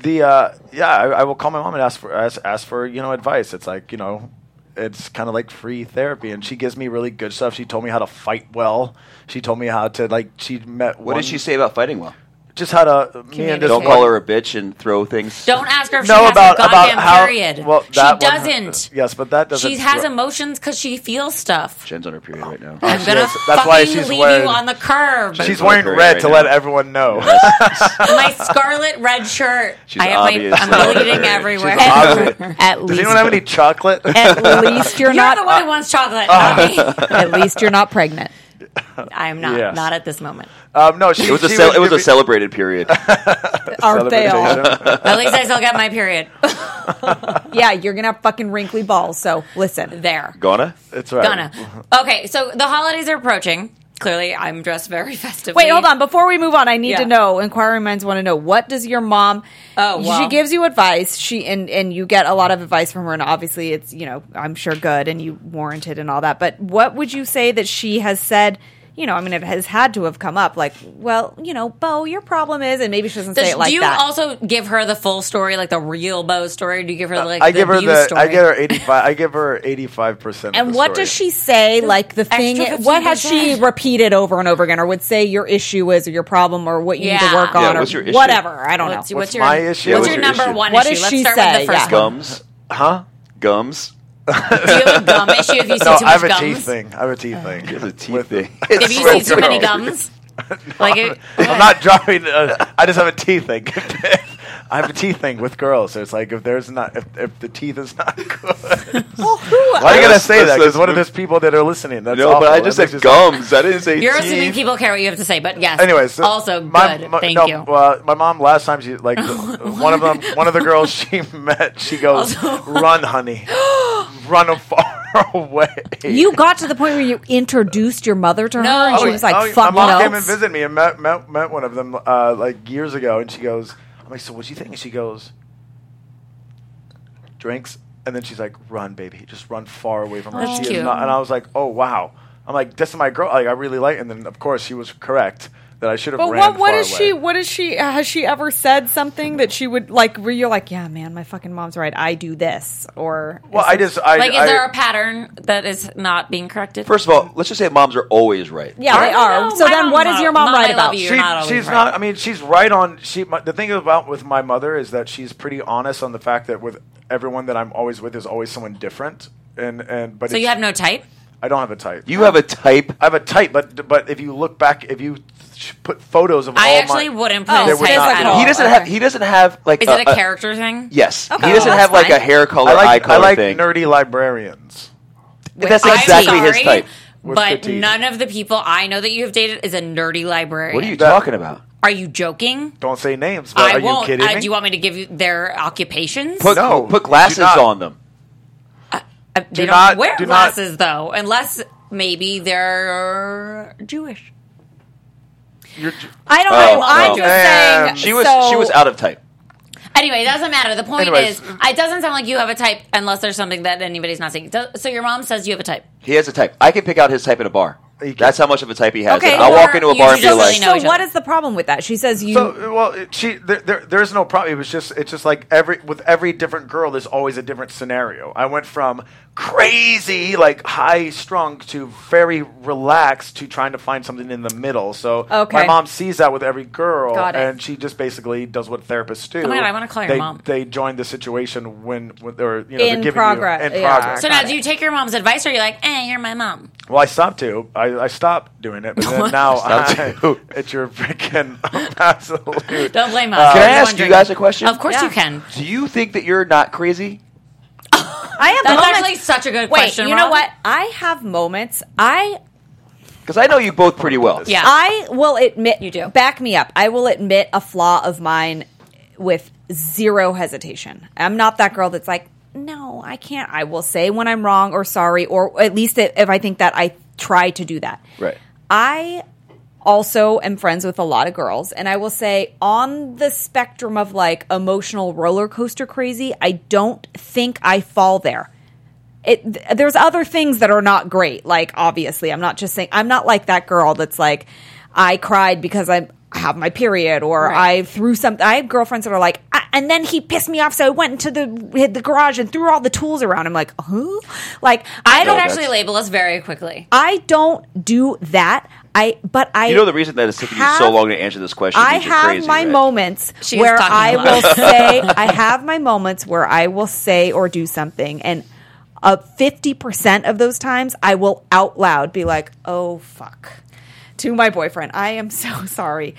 S5: the uh, yeah, I, I will call my mom and ask for ask, ask for you know advice. It's like you know, it's kind of like free therapy, and she gives me really good stuff. She told me how to fight well. She told me how to like she met.
S4: What did she say about fighting well?
S5: Just how to me and this
S4: Don't
S5: one-
S4: call her a bitch and throw things.
S1: Don't ask her if she
S5: No,
S1: has
S5: about
S1: a goddamn
S5: about how
S1: period.
S5: well
S1: she
S5: that one- uh,
S1: doesn't.
S5: yes, but that doesn't.
S1: she has
S5: throw-
S1: emotions because she feels stuff.
S4: Jen's on her period right now.
S1: I'm gonna
S5: is. That's
S1: fucking
S5: why she's
S1: leave
S5: wearing-
S1: you on the curb.
S5: She's
S4: Don't
S5: wearing
S4: worry
S5: red
S4: right
S5: to
S4: now.
S5: let everyone know.
S1: my scarlet red shirt.
S4: She's
S1: I have my,
S4: obviously
S1: I'm bleeding
S4: She's
S1: everywhere.
S5: Does
S3: At least,
S5: anyone have any chocolate?
S3: at least you're,
S1: You're
S3: not.
S1: the one who wants chocolate. not me.
S3: at least you're not pregnant.
S1: I am not.
S5: Uh-huh. Yes.
S1: Not at this moment.
S5: Um, no, she,
S4: It was a
S5: she
S4: cel- it was
S5: give
S4: a
S5: me-
S4: celebrated period.
S3: Aren't they all?
S1: At least I still get my period.
S3: Yeah, you're gonna have fucking wrinkly balls. So listen,
S1: There.
S4: Gonna?
S5: That's right.
S1: Gonna.
S5: Oh.
S1: Okay, so the holidays are approaching. Clearly, I'm dressed very festively.
S3: Wait, hold on. Before we move on, I need
S1: Yeah.
S3: to know. Inquiring minds want to know what does your mom?
S1: Oh, wow.
S3: she gives you advice. She and and you get a lot of advice from her, and obviously it's you know I'm sure good and you warranted and all that. But what would you say that she has said? You know, I mean, it has had to have come up. Like, well, you know, Bo, your problem is, and maybe she doesn't
S1: Does-
S3: say it like
S1: do you
S3: that.
S1: also give her the full story, like the real Bo story? Do you give her like
S5: Uh, I
S1: the
S5: give her
S1: abuse
S5: the.
S1: story?
S5: I give her eighty five. I give her eighty five percent.
S3: and what does she say? Like the thing,
S1: extra
S3: what has she
S1: 15%.
S3: repeated over and over again, or would say your issue is, or your problem, or what you need
S1: Yeah.
S3: to work
S1: Yeah,
S3: on,
S4: what's
S3: or
S4: your issue?
S3: whatever? I don't
S1: What's,
S3: know.
S1: what's your
S5: my issue?
S1: What's,
S4: Yeah,
S1: your,
S4: what's your
S1: number
S4: issue?
S1: one
S3: What
S1: issue?
S3: does
S1: Let's
S3: she
S1: start
S3: say?
S1: with the first
S3: Yeah.
S1: one.
S4: Gums?
S5: Huh?
S4: Gums?
S1: Do you have a gum issue if you see
S5: No,
S1: too much
S5: I have a
S1: gums?
S5: teeth thing. I have a teeth thing.
S4: It's a teeth
S5: With-
S4: thing.
S1: If
S4: It's
S1: you
S4: so
S1: see too many
S4: gross.
S1: gums, like it,
S5: I'm not dropping. Uh, I just have a teeth thing. I have a teeth thing with girls. So it's like if there's not, if, if the teeth is not good. Why are you gonna
S4: Let's-
S5: say
S4: let's-
S5: that?
S4: let's
S5: Because what if
S4: move-
S5: there's people that are listening? That's
S4: No, but I
S5: awful.
S4: just
S5: That
S4: said
S5: makes me-
S4: gums. I didn't say
S1: you're
S4: teeth.
S1: assuming people care what you have to say, but yes.
S5: Anyways, so
S1: also
S5: my-
S1: good.
S5: my-
S1: Thank
S5: no,
S1: you.
S5: Uh, my mom last time she like one of them, one of the girls she met, she goes,
S1: Also-
S5: "Run, honey, run far away."
S3: You got to the point where you introduced your mother to her,
S1: No.
S3: and she
S1: Oh,
S3: was like,
S5: oh,
S3: "Fuck
S5: my
S3: no."
S5: mom came and visited me and met, met, met one of them uh, like years ago, and she goes, "I'm like, so what do you think?" And she goes, "Drinks," and then she's like, "Run, baby, just run far away from her."
S1: That's
S5: she
S1: cute.
S5: Is not, and I was like, "Oh wow." I'm like, "This is my girl." Like, I really like. And then of course she was correct. that I should have
S7: But
S5: ran
S7: what what
S5: far
S7: is
S5: away.
S7: she? What is she? Has she ever said something that she would like? Where you're like, yeah, man, my fucking mom's right. I do this, or
S5: Well, I just I,
S1: Like, is
S5: I-
S1: there a pattern that is not being corrected?
S4: First of all, let's just say moms are always right.
S7: yeah, they
S1: I
S7: are.
S1: don't know.
S7: So
S1: My
S7: then,
S1: mom's
S7: what is
S1: not-
S7: your mom
S1: Mom,
S7: right
S1: I love
S7: about?
S1: you.
S5: she,
S1: You're not always
S5: she's
S1: right.
S5: not. I mean, she's right on. She. My, the thing about with my mother is that she's pretty honest on the fact that with everyone that I'm always with is always someone different. And and but
S1: so you
S5: it's-
S1: have no type?
S5: I don't have a type.
S4: You have a type.
S5: I have a type, but but if you look back, if you sh- put photos of
S1: I
S5: all
S1: actually
S5: my,
S1: wouldn't put
S7: Oh,
S1: his
S5: there would
S1: type
S5: not
S1: at
S5: be.
S1: all.
S4: He doesn't have. He doesn't have like.
S1: Is
S4: a,
S1: it a character thing?
S4: Yes.
S1: Okay.
S4: he doesn't
S1: Oh,
S4: have
S1: that's
S4: like a
S1: fine.
S4: hair color,
S5: I
S4: eye
S5: like I
S4: color
S5: like
S4: thing.
S5: nerdy librarians.
S4: That's
S1: I'm
S4: exactly his
S1: sorry,
S4: type.
S5: With
S1: But
S5: good teeth.
S1: none of the people I know that you have dated is a nerdy librarian.
S4: What are you talking about?
S1: Are you joking?
S5: Don't say names, but
S1: I
S5: are
S1: won't.
S5: you kidding
S1: uh,
S5: me?
S1: do you want me to give you their occupations?
S4: Put
S5: No,
S4: put
S5: do
S4: glasses
S5: not.
S4: on them.
S1: Uh, they
S5: do
S1: do not
S5: not-
S1: wear
S5: do not-
S1: glasses though, unless maybe they're Jewish.
S5: You're j-
S7: I don't
S4: Oh,
S7: know. I'm
S4: well. eh.
S7: just saying.
S5: Man.
S4: She was
S7: so-
S4: she was out of type.
S1: Anyway, it doesn't matter. The point
S5: Anyways.
S1: is, it doesn't sound like you have a type unless there's something that anybody's not saying. Do- So your mom says you have a type.
S4: He has a type. I can pick out his type in a bar.
S5: You can.
S4: That's how much of a type he has.
S3: Okay,
S4: I'll walk
S1: or
S4: into a
S1: you
S4: bar and be
S1: just
S4: like,
S1: really know each
S3: so what
S1: other.
S3: is the problem with that? She says you.
S5: So well, it- she there, there, there's no problem. It was just it's just like every with every different girl, there's always a different scenario. I went from crazy, like high strung, to very relaxed, to trying to find something in the middle. So
S3: Okay.
S5: my mom sees that with every girl,
S3: Got it.
S5: and she just basically does what therapists do.
S1: Oh my God, I wanna call your
S5: they,
S1: mom.
S5: They join the situation when, when they're you know they're
S3: In
S5: giving
S3: progress,
S5: You, in
S3: yeah.
S5: progress.
S1: So
S3: Got
S1: now,
S3: it.
S1: do you take your mom's advice, or are you like, eh, you're my mom?
S5: Well, I stopped to. I, I stopped doing it, but then now
S4: Stopped
S5: I,
S4: to.
S5: it's your freaking absolute.
S1: Don't blame us.
S4: Uh, Can
S1: We're
S4: I
S1: just
S4: ask you
S1: wondering.
S4: guys a question?
S1: Of course
S3: Yeah.
S1: you can.
S4: Do you think that you're not crazy?
S3: I have
S1: That's
S3: moments-
S1: actually such a good
S3: Wait,
S1: question.
S3: you know
S1: Rob.
S3: what? I have moments. I
S4: Because I know you both pretty well.
S1: Yeah.
S3: I will admit
S1: You do.
S3: Back me up. I will admit a flaw of mine with zero hesitation. I'm not that girl that's like, no, I can't. I will say when I'm wrong or sorry, or at least if if I think that I try to do that.
S4: Right.
S3: I also am friends with a lot of girls, and I will say on the spectrum of like emotional roller coaster crazy, I don't think I fall there. It, th- there's other things that are not great. Like obviously, I'm not just saying I'm not like that girl that's like I cried because I have my period or
S1: Right.
S3: I threw something. I have girlfriends that are like, "Ah, and then he pissed me off, so I went into the hit the garage and threw all the tools around. I'm like, huh? Like
S1: I
S3: I don't
S1: don't
S4: that's-
S1: actually label us very quickly.
S3: I don't do that. I but I
S4: You know the reason that it's taking you so
S3: have-
S4: long to answer this question. is
S3: I
S4: because you're
S3: have
S4: crazy,
S3: my
S4: right?
S3: moments
S1: She is
S3: where
S1: talking
S3: I
S1: loud.
S3: will say I have my moments where I will say or do something and uh, 50% of those times I will out loud be like, "Oh fuck." To my boyfriend, "I am so sorry.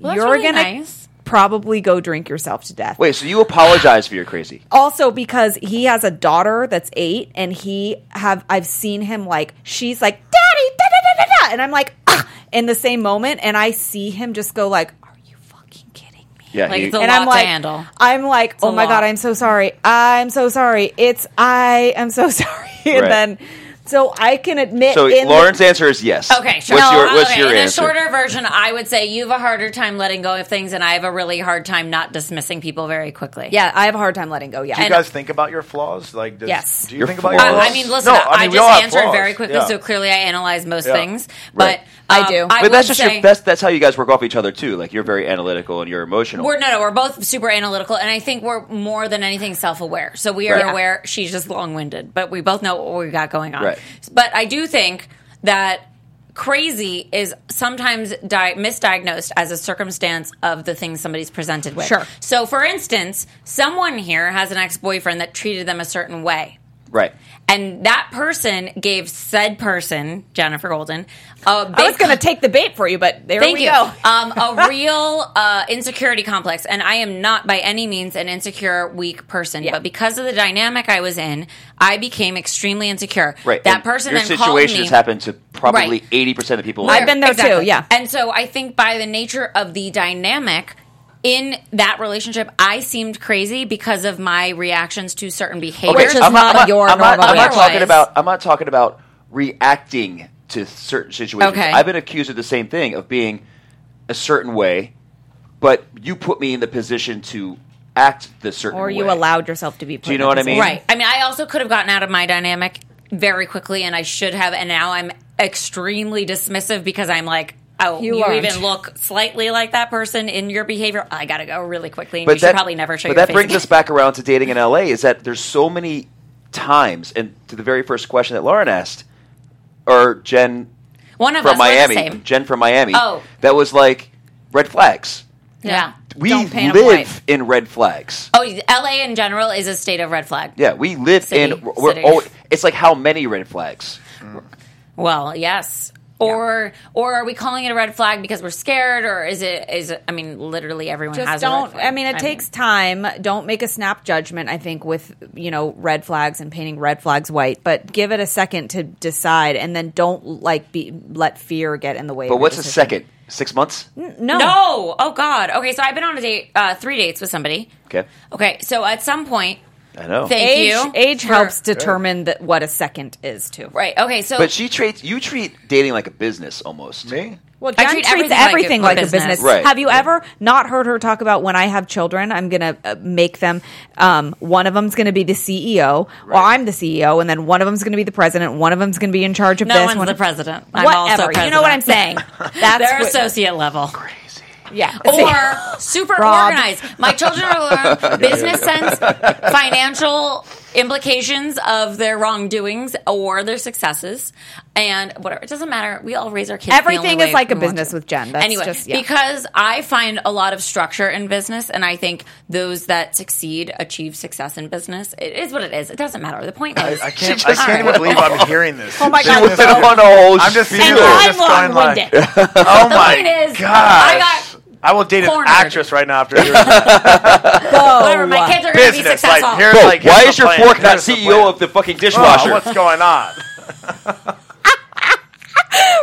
S1: that's
S3: You're
S1: really
S3: going
S1: nice.
S3: to probably go drink yourself to death."
S4: Wait, so you apologize for your crazy?
S3: also because he has a daughter that's eight and he have i've seen him like she's like daddy da, da, da, da, da, and i'm like ah, in the same moment and i see him just go like are you fucking kidding me
S4: Yeah.
S1: Like
S4: he-
S1: it's a
S3: and
S1: lot
S3: i'm
S1: to
S3: like
S1: handle.
S3: i'm like oh
S1: a
S3: my
S1: lot.
S3: god i'm so sorry i'm so sorry it's i am so sorry and
S4: Right.
S3: then so i can admit
S4: so
S3: in the-
S4: Lauren's answer is yes.
S1: Okay, sure.
S4: What's
S1: No,
S4: your, what's
S1: okay,
S4: your
S1: in
S4: answer?
S1: a shorter version, I would say you have a harder time letting go of things, and I have a really hard time not dismissing people very quickly.
S3: yeah i have a hard time letting go yeah
S5: Do you guys think about your flaws? Like, does,
S3: Yes.
S5: do you
S4: Your
S5: think about
S4: flaws.
S5: your
S1: Uh,
S5: flaws?
S1: I mean, listen,
S5: No,
S1: I,
S5: mean, we all
S1: just
S5: have
S1: answered
S5: flaws.
S1: very quickly,
S5: Yeah.
S1: so clearly I analyze most
S5: Yeah.
S1: things.
S4: Right.
S1: But
S3: I
S1: um,
S3: do.
S1: I
S4: but
S1: would
S4: that's just
S1: say,
S4: your that's that's how you guys work off each other too. Like you're very analytical and you're emotional.
S1: We're no, no, we're both super analytical, and I think we're more than anything self-aware. So we are
S4: Right.
S1: aware she's just long-winded, but we both know what we've got going on.
S4: Right.
S1: But I do think that crazy is sometimes di- misdiagnosed as a circumstance of the things somebody's presented with.
S3: Sure.
S1: So, for instance, someone here has an ex-boyfriend that treated them a certain way.
S4: right.
S1: And that person gave said person, Jennifer Golden, a big
S3: i was gonna take the bait for you but there
S1: Thank
S3: we
S1: you.
S3: go
S1: Um, a real uh, insecurity complex, and I am not by any means an insecure, weak person. But because of the dynamic I was in, I became extremely insecure.
S4: Right.
S1: That
S4: And
S1: person
S4: Your
S1: then called
S4: situation
S1: me.
S4: has happened to probably
S1: Right.
S4: eighty percent of people.
S3: I've been there too, yeah.
S1: And so I think by the nature of the dynamic. In that relationship, I seemed crazy because of my reactions to certain behaviors.
S3: Which is not your
S4: I'm not,
S3: normal
S4: I'm not
S1: reaction.
S4: talking about. I'm not talking about reacting to certain situations.
S1: Okay.
S4: I've been accused of the same thing of being a certain way, but you put me in the position to act the certain
S3: or
S4: way.
S3: you allowed yourself to be
S4: Do you know what I mean?
S1: Right. I mean, I also could have gotten out of my dynamic very quickly, and I should have. And now I'm extremely dismissive because I'm like, oh,
S7: You
S1: you,
S7: aren't.
S1: even look slightly like that person in your behavior. I gotta go really quickly. And
S4: But
S1: you
S4: that-
S1: should probably never show your
S4: But that
S1: face.
S4: brings
S1: again.
S4: us back around to dating in LA. Is that there's so many times, and to the very first question that Lauren asked, or Jen
S1: One of
S4: from
S1: us we're the
S4: Miami,
S1: same.
S4: Jen from Miami,
S1: Oh.
S4: that was like red flags.
S1: yeah.
S4: We
S3: Don't paint 'em
S4: live in red flags.
S1: Oh, LA in general is a state of red flag.
S4: Yeah, we live
S1: City,
S4: in. We're
S1: city.
S4: always, it's like how many red flags?
S1: Well, yes. Or or are we calling it a red flag because we're scared or is it is it, I mean literally everyone
S3: Just
S1: has a red
S3: don't.
S1: flag.
S3: I mean, it takes time. Don't make a snap judgment. I think with you know red flags and painting red flags white, but give it a second to decide, and then don't like be let fear get in the way.
S4: But what's a second? Six months?
S1: Mm.
S3: No,
S1: No. Oh God. Okay, so I've been on a date uh, three dates with somebody.
S4: Okay,
S1: Okay, so at some point
S4: I know.
S1: Thank
S3: age
S1: you.
S3: age
S1: for-
S3: helps determine that what a second is too.
S1: Right. Okay, so
S4: but she treats you treat dating like a business almost.
S5: Me?
S3: Well,
S1: I
S3: Jen
S1: treat
S3: treats everything,
S1: everything like a-
S3: like,
S1: a
S3: a business.
S1: business.
S4: Right.
S3: Have you ever not heard her talk about when I have children, I'm going to uh, make them, um, one of them's going to be the CEO, or I'm the CEO, and then one of them's going to be the president, one of them's going to be in charge of
S1: no
S3: this.
S1: one's
S3: one
S1: the president. I'm
S3: Whatever.
S1: also president.
S3: You know what I'm saying? That's
S1: They're
S3: what-
S1: associate level.
S3: Yeah.
S1: or super
S3: Rob.
S1: organized. My children are learn business sense, financial implications of their wrongdoings or their successes, and whatever. It doesn't matter. We all raise our kids. the only
S3: Everything
S1: way
S3: is like a
S1: we want
S3: business
S1: to.
S3: with Jen. That's
S1: anyway,
S3: just- yeah.
S1: because I find a lot of structure in business, and I think those that succeed achieve success in business. It is what it is. It doesn't matter. The point is,
S5: I can't, I can't even believe I'm hearing this. Oh
S7: my God.
S4: Put on a whole
S5: I'm just
S4: spiel.
S5: feeling
S7: I'm
S5: just
S7: long
S5: going like,
S7: winded.
S5: oh my
S1: point is,
S5: gosh.
S1: I got
S5: I will date
S1: cornered.
S5: an actress right now after hearing that.
S1: whatever. My kids are going to be
S5: business.
S1: successful.
S5: Like, here's,
S4: Bro,
S5: like, here's
S4: why
S5: the
S4: is your
S5: plan.
S4: fork not
S5: Here's the plan.
S4: CEO of the fucking
S5: Oh,
S4: dishwasher?
S5: what's going on?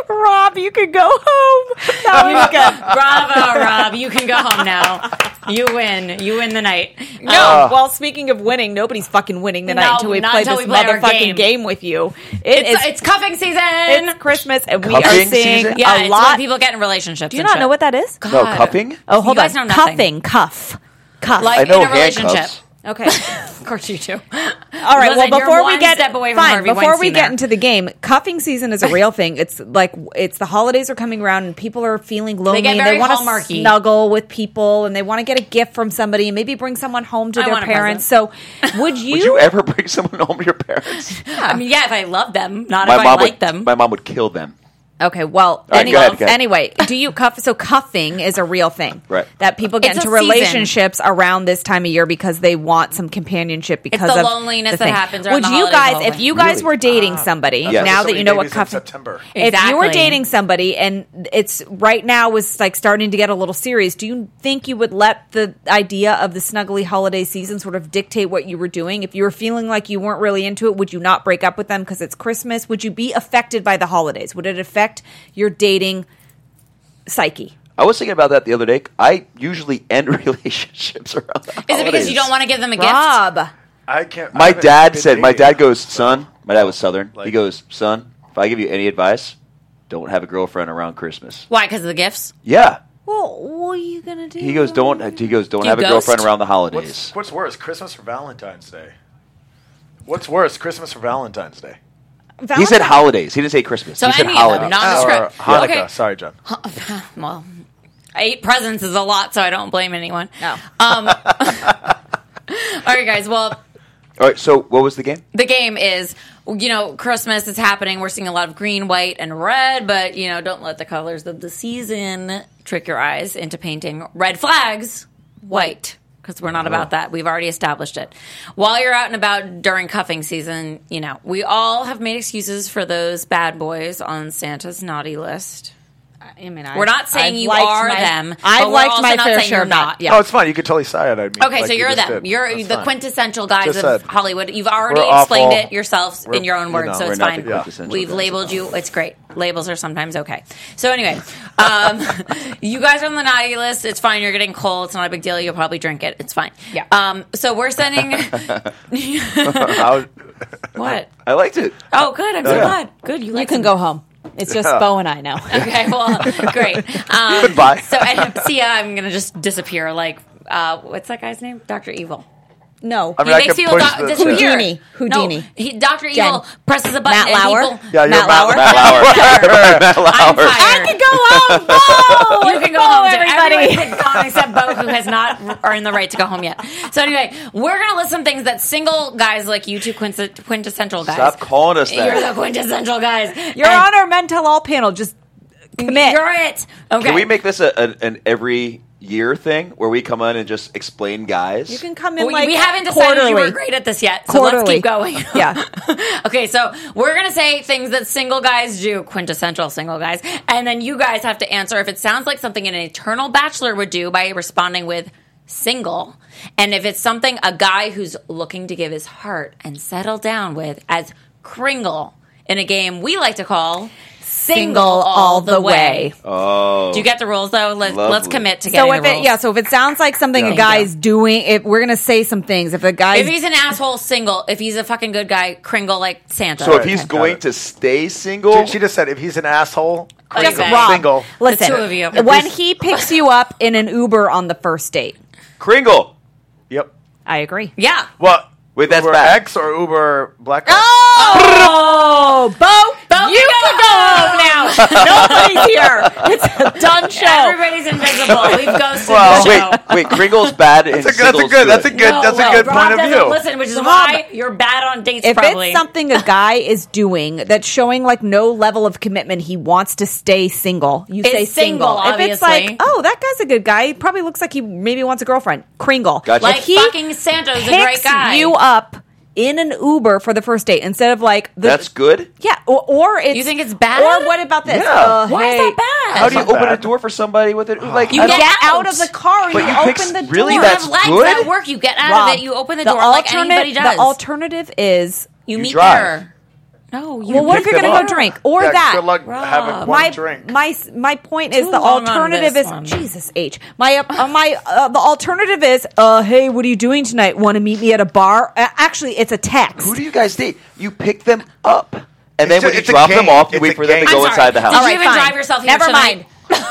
S7: Rob, you could go home. That was
S1: Oh.
S7: good.
S1: Bravo, Rob. You can go home now. You win. You win the night.
S7: No, well, speaking of winning, nobody's fucking winning tonight
S1: No,
S7: until we
S1: not
S7: play
S1: until
S7: this
S1: we play our
S7: motherfucking
S1: game.
S7: game. with you. It
S1: It's,
S7: is-
S1: it's cuffing season.
S7: it's Christmas, and we are
S4: Cuffing
S7: seeing
S4: season?
S1: yeah,
S7: a
S1: it's
S7: lot.
S1: when people get in relationships.
S3: Do you not know what that is?
S4: No, cuffing?
S3: Oh, hold
S1: you guys
S3: on.
S1: know nothing.
S3: Cuffing, cuff, cuff.
S1: Like
S4: I know
S1: in a relationship.
S4: handcuffs.
S3: okay.
S1: Of course you do.
S3: All right.
S1: Listen,
S3: well,
S1: you're
S3: before we
S1: one
S3: get
S1: step away from
S3: fine,
S1: Harvey
S3: before we
S1: Weinstein
S3: get
S1: there.
S3: into the game, cuffing season is a real thing. It's like it's the holidays are coming around and people are feeling lonely.
S1: get
S3: and
S1: very
S3: they want to
S1: Hallmarky.
S3: snuggle with people and they want to get a gift from somebody and maybe bring someone home to
S1: I
S3: their
S1: want a
S3: parents. So, would you?
S4: Would you ever bring someone home to your parents?
S1: I mean, yeah, if I love them, not if I
S4: mom
S1: like
S4: would,
S1: them.
S4: My mom would kill them.
S3: okay. Well,
S4: right,
S3: any-
S4: go ahead, go ahead.
S3: anyway, do you cuff? So cuffing is a real thing.
S4: Right.
S3: That people get
S1: It's a
S3: into
S1: season.
S3: relationships around this time of year because they want some companionship because
S1: the
S3: of
S1: loneliness
S3: the
S1: that
S3: thing.
S1: happens around
S3: Would
S1: the
S3: you
S1: holidays all
S3: guys,
S1: the
S3: if
S1: way. Ah.
S3: you guys
S4: Really?
S3: were dating somebody,
S4: Yes.
S3: now
S5: So
S3: that
S5: many
S3: you know what
S5: babies in
S3: cuffing?
S5: September.
S3: If you were
S1: Exactly.
S3: dating somebody and it's right now was like starting to get a little serious, do you think you would let the idea of the snuggly holiday season sort of dictate what you were doing? If you were feeling like you weren't really into it, would you not break up with them because it's Christmas? Would you be affected by the holidays? Would it affect your dating psyche?
S4: I was thinking about that the other day. I usually end relationships around. the
S1: Is it because
S4: holidays.
S1: you don't want to give them a gift?
S3: Rob,
S5: I can't. I
S4: My
S5: haven't
S4: dad
S5: been
S4: said. My
S5: dating.
S4: dad goes, son. My dad was Southern. he
S5: Like-
S4: goes, son. If I give you any advice, don't have a girlfriend around Christmas.
S1: Why? Because of the gifts?
S4: Yeah.
S3: well, what are you gonna do?
S4: He goes, don't. He goes, don't
S1: Mm. you
S4: have a girlfriend
S1: ghost?
S4: around the
S5: What's,
S4: holidays.
S5: what's worse, Christmas or Valentine's Day? What's worse, Christmas or Valentine's Day?
S4: He said holidays. He didn't say Christmas.
S1: So
S4: he said
S1: any of them,
S4: holidays.
S1: not the
S5: Or
S1: script.
S5: Hanukkah?
S1: Okay.
S5: Sorry, John.
S1: Well, eight presents is a lot, so I don't blame anyone.
S3: No.
S1: Um, all right, guys. Well,
S4: All right. So what was the game?
S1: the game is you know christmas is happening we're seeing a lot of green white and red but you know don't let the colors of the season trick your eyes into painting red flags white because we're not about that we've already established it while you're out and about during cuffing season you know we all have made excuses for those bad boys on santa's naughty list
S3: I mean, I,
S1: we're not saying
S3: I've
S1: you
S3: liked
S1: are
S3: my-
S1: them
S3: I've
S1: but we're
S3: liked
S1: also
S3: my
S1: not
S3: fair
S1: saying
S3: share
S1: you're
S3: of that.
S1: not
S5: Oh, it's fine. You could totally side I mean,
S1: Okay,
S5: like
S1: so
S5: you
S1: you're
S5: just
S1: them.
S5: did.
S1: You're
S5: That's
S1: the
S5: fine.
S1: quintessential guys
S5: Just
S1: of
S5: said.
S1: Hollywood. You've already
S5: We're
S1: explained
S5: awful.
S1: it yourselves
S5: We're-
S1: in your own
S5: you
S1: words,
S5: know,
S1: so
S4: we're
S1: it's
S4: not
S1: fine.
S4: the quintessential
S1: We've
S4: guys of
S1: labeled you. It's great. Labels are sometimes okay. So anyway, um, you guys are on the naughty list. It's fine. You're getting cold. It's not a big deal. You'll probably drink it. It's fine.
S3: Yeah.
S1: Um, so we're sending
S5: I'll-
S1: what?
S4: I liked it.
S1: Oh, good. I'm so
S4: Yeah.
S1: glad. Good. You,
S3: You can go home. It's just Bo and I now.
S1: Okay. Well, great. Um,
S4: Goodbye.
S1: So at Hepsia, I'm gonna just disappear. Like, uh, what's that guy's name? Doctor Evil.
S8: No.
S5: I mean,
S8: You-
S5: I
S1: He makes
S5: can
S1: you
S5: push
S1: doc-
S5: the-
S1: disappear.
S8: Houdini. Houdini.
S1: No, he, Dr. Evil
S8: Jen.
S1: presses a button
S8: Matt Lauer?
S1: and people...
S4: Yeah, you're Matt Lauer. Matt Lauer. Matt Lauer.
S1: I'm fired.
S8: I could go home. Whoa!
S1: you can go home. Everybody has gone except Bo, who has not earned the right to go home yet. So anyway, we're gonna list some things that single guys like you two quince- quintessential guys.
S4: Stop calling us that.
S1: You're the quintessential guys.
S3: Your
S1: And
S3: Honor, men tell all panel. Just commit.
S1: You're it. Okay.
S4: Can we make this a, a, an every year thing where we come in and just explain guys?
S3: you can come in
S1: We,
S3: like
S1: we haven't decided
S3: quarterly.
S1: you were great at this yet, so let's
S3: Quarterly.
S1: keep going.
S3: Yeah.
S1: okay, so we're gonna say things that single guys do, quintessential single guys, and then you guys have to answer if it sounds like something an eternal bachelor would do by responding with single, and if it's something a guy who's looking to give his heart and settle down with as Kringle in a game we like to call Single All the Way.
S4: oh,
S1: Do you get the rules though? Let, let's
S4: Lovely.
S1: commit to getting
S3: So
S1: the
S3: if it
S1: rules.
S3: yeah, so if it sounds like something a
S1: Thank
S3: guy's
S1: you.
S3: doing, if we're gonna say some things, if a
S1: If
S3: guy's
S1: he's an asshole, single. If he's a fucking good guy, Kringle like Santa.
S4: so if he's
S5: Okay.
S4: going
S5: Got
S4: to
S5: it.
S4: stay single,
S5: She, she just said if he's an asshole,
S1: Like
S5: Kringle.
S1: that.
S3: Rob,
S5: Single.
S3: Listen,
S1: The two of you.
S3: when he picks you up in an Uber on the first date,
S4: Kringle.
S5: Yep.
S3: I agree.
S1: yeah.
S5: Well,
S4: Wait, that's
S5: Uber
S4: back.
S5: X or Uber Black? Card?
S3: Oh, Bo,
S1: Bo,
S3: you
S1: go
S3: can go home now. Nobody's here. It's a done show.
S1: Everybody's invisible. We've ghosted
S5: Well,
S1: the show.
S4: Wait, wait, Kringle's bad and
S5: That's a good. That's a
S4: singles
S5: good. That's a
S4: good.
S5: good.
S1: No,
S5: that's
S1: well,
S5: a good
S1: Rob
S5: point of
S1: doesn't
S5: view.
S1: Listen, which is
S3: Rob,
S1: why you're bad on dates.
S3: if
S1: probably.
S3: it's something a guy is doing that's showing like no level of commitment, he wants to stay single. You
S1: It's
S3: say single.
S1: single,
S3: if it's
S1: obviously.
S3: like, oh, that guy's a good guy. He probably looks like he maybe wants a girlfriend. Kringle.
S4: Gotcha.
S1: like
S4: If
S1: fucking Santa's a great
S3: picks
S1: guy.
S3: you up in an Uber for the first date instead of like the
S4: That's good.
S3: yeah, or, or it's
S1: You think it's bad?
S3: Or what about this?
S4: Yeah.
S3: Uh,
S1: Why
S3: hey,
S1: is that bad?
S4: How do you
S5: That's not
S4: open a
S5: bad.
S4: door for somebody with it? Like
S1: You
S4: I
S1: get
S4: don't-
S3: Get out of the car.
S4: But
S3: you,
S4: you
S3: open
S4: picked-
S3: the door.
S4: really?
S1: you
S4: That's
S1: have legs
S4: good?
S1: that work. You get out
S3: Rob,
S1: of it. You open the, door like
S3: alternate-
S1: anybody does.
S3: The alternative is
S1: you
S4: You
S1: meet
S4: drive.
S1: her. No, you.
S3: well, what
S1: meet
S3: if you're
S5: them
S3: going to
S5: up.
S3: go drink or
S5: yeah,
S3: that?
S5: Good luck having one
S3: my
S5: drink.
S3: my my point is
S1: Too
S3: the
S1: long on
S3: alternative
S1: this
S3: is
S1: one.
S3: Jesus H. My uh, uh, my uh, the alternative is uh hey what are you doing tonight? Want to meet me at a bar? Uh, actually, it's a text.
S4: Who do you guys date? You pick them up, and then
S5: It's a-
S4: when you
S5: it's a
S4: drop them
S5: game.
S4: off, you
S5: It's
S4: wait
S5: a
S4: for them to
S5: game.
S4: go
S1: I'm
S4: inside
S1: sorry.
S4: the
S1: Did
S4: house.
S1: you even drive yourself here
S3: Never
S1: tonight?
S3: mind.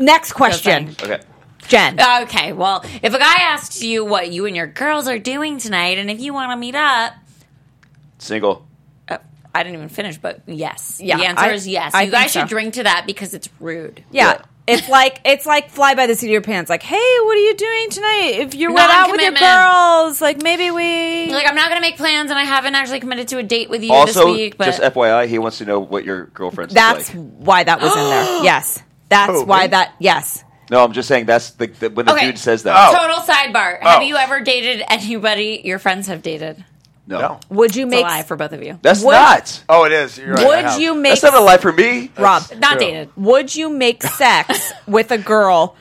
S3: Next
S1: Just
S3: question,
S4: Okay.
S3: Jen.
S1: Okay, well, if a guy asks you what you and your girls are doing tonight, and if you want to meet up,
S4: Single.
S1: uh, I didn't even finish, but yes,
S3: Yeah,
S1: the answer
S3: I-
S1: is yes.
S3: I
S1: you guys
S3: think so.
S1: should drink to that because it's rude.
S3: yeah.
S4: Yeah.
S3: It's like it's like fly by the seat of your pants. Like, hey, what are you doing tonight? If you went out with your
S1: Non-commitment.
S3: girls, like maybe we.
S1: Like I'm not gonna make plans, and I haven't actually committed to a date with you this
S4: Also,
S1: week. But
S4: just FYI, he wants to know what your girlfriend's
S3: That's
S4: like.
S3: why that was in there. Yes, that's
S5: Who,
S3: why
S5: me?
S3: that. Yes,
S4: No, I'm just saying that's the, the when the
S1: Okay.
S4: dude says that.
S5: Oh.
S1: total sidebar: Have
S5: Oh.
S1: you ever dated anybody your friends have dated?
S4: No.
S5: no.
S3: would you
S1: It's a
S3: make
S1: lie for both of you.
S4: That's
S3: What-
S4: not.
S5: Oh, it is. You're right, I
S3: Would
S5: have.
S3: you make
S4: That's not a lie for me.
S3: Rob?
S1: Not
S5: true.
S1: dated.
S3: Would you make sex with a girl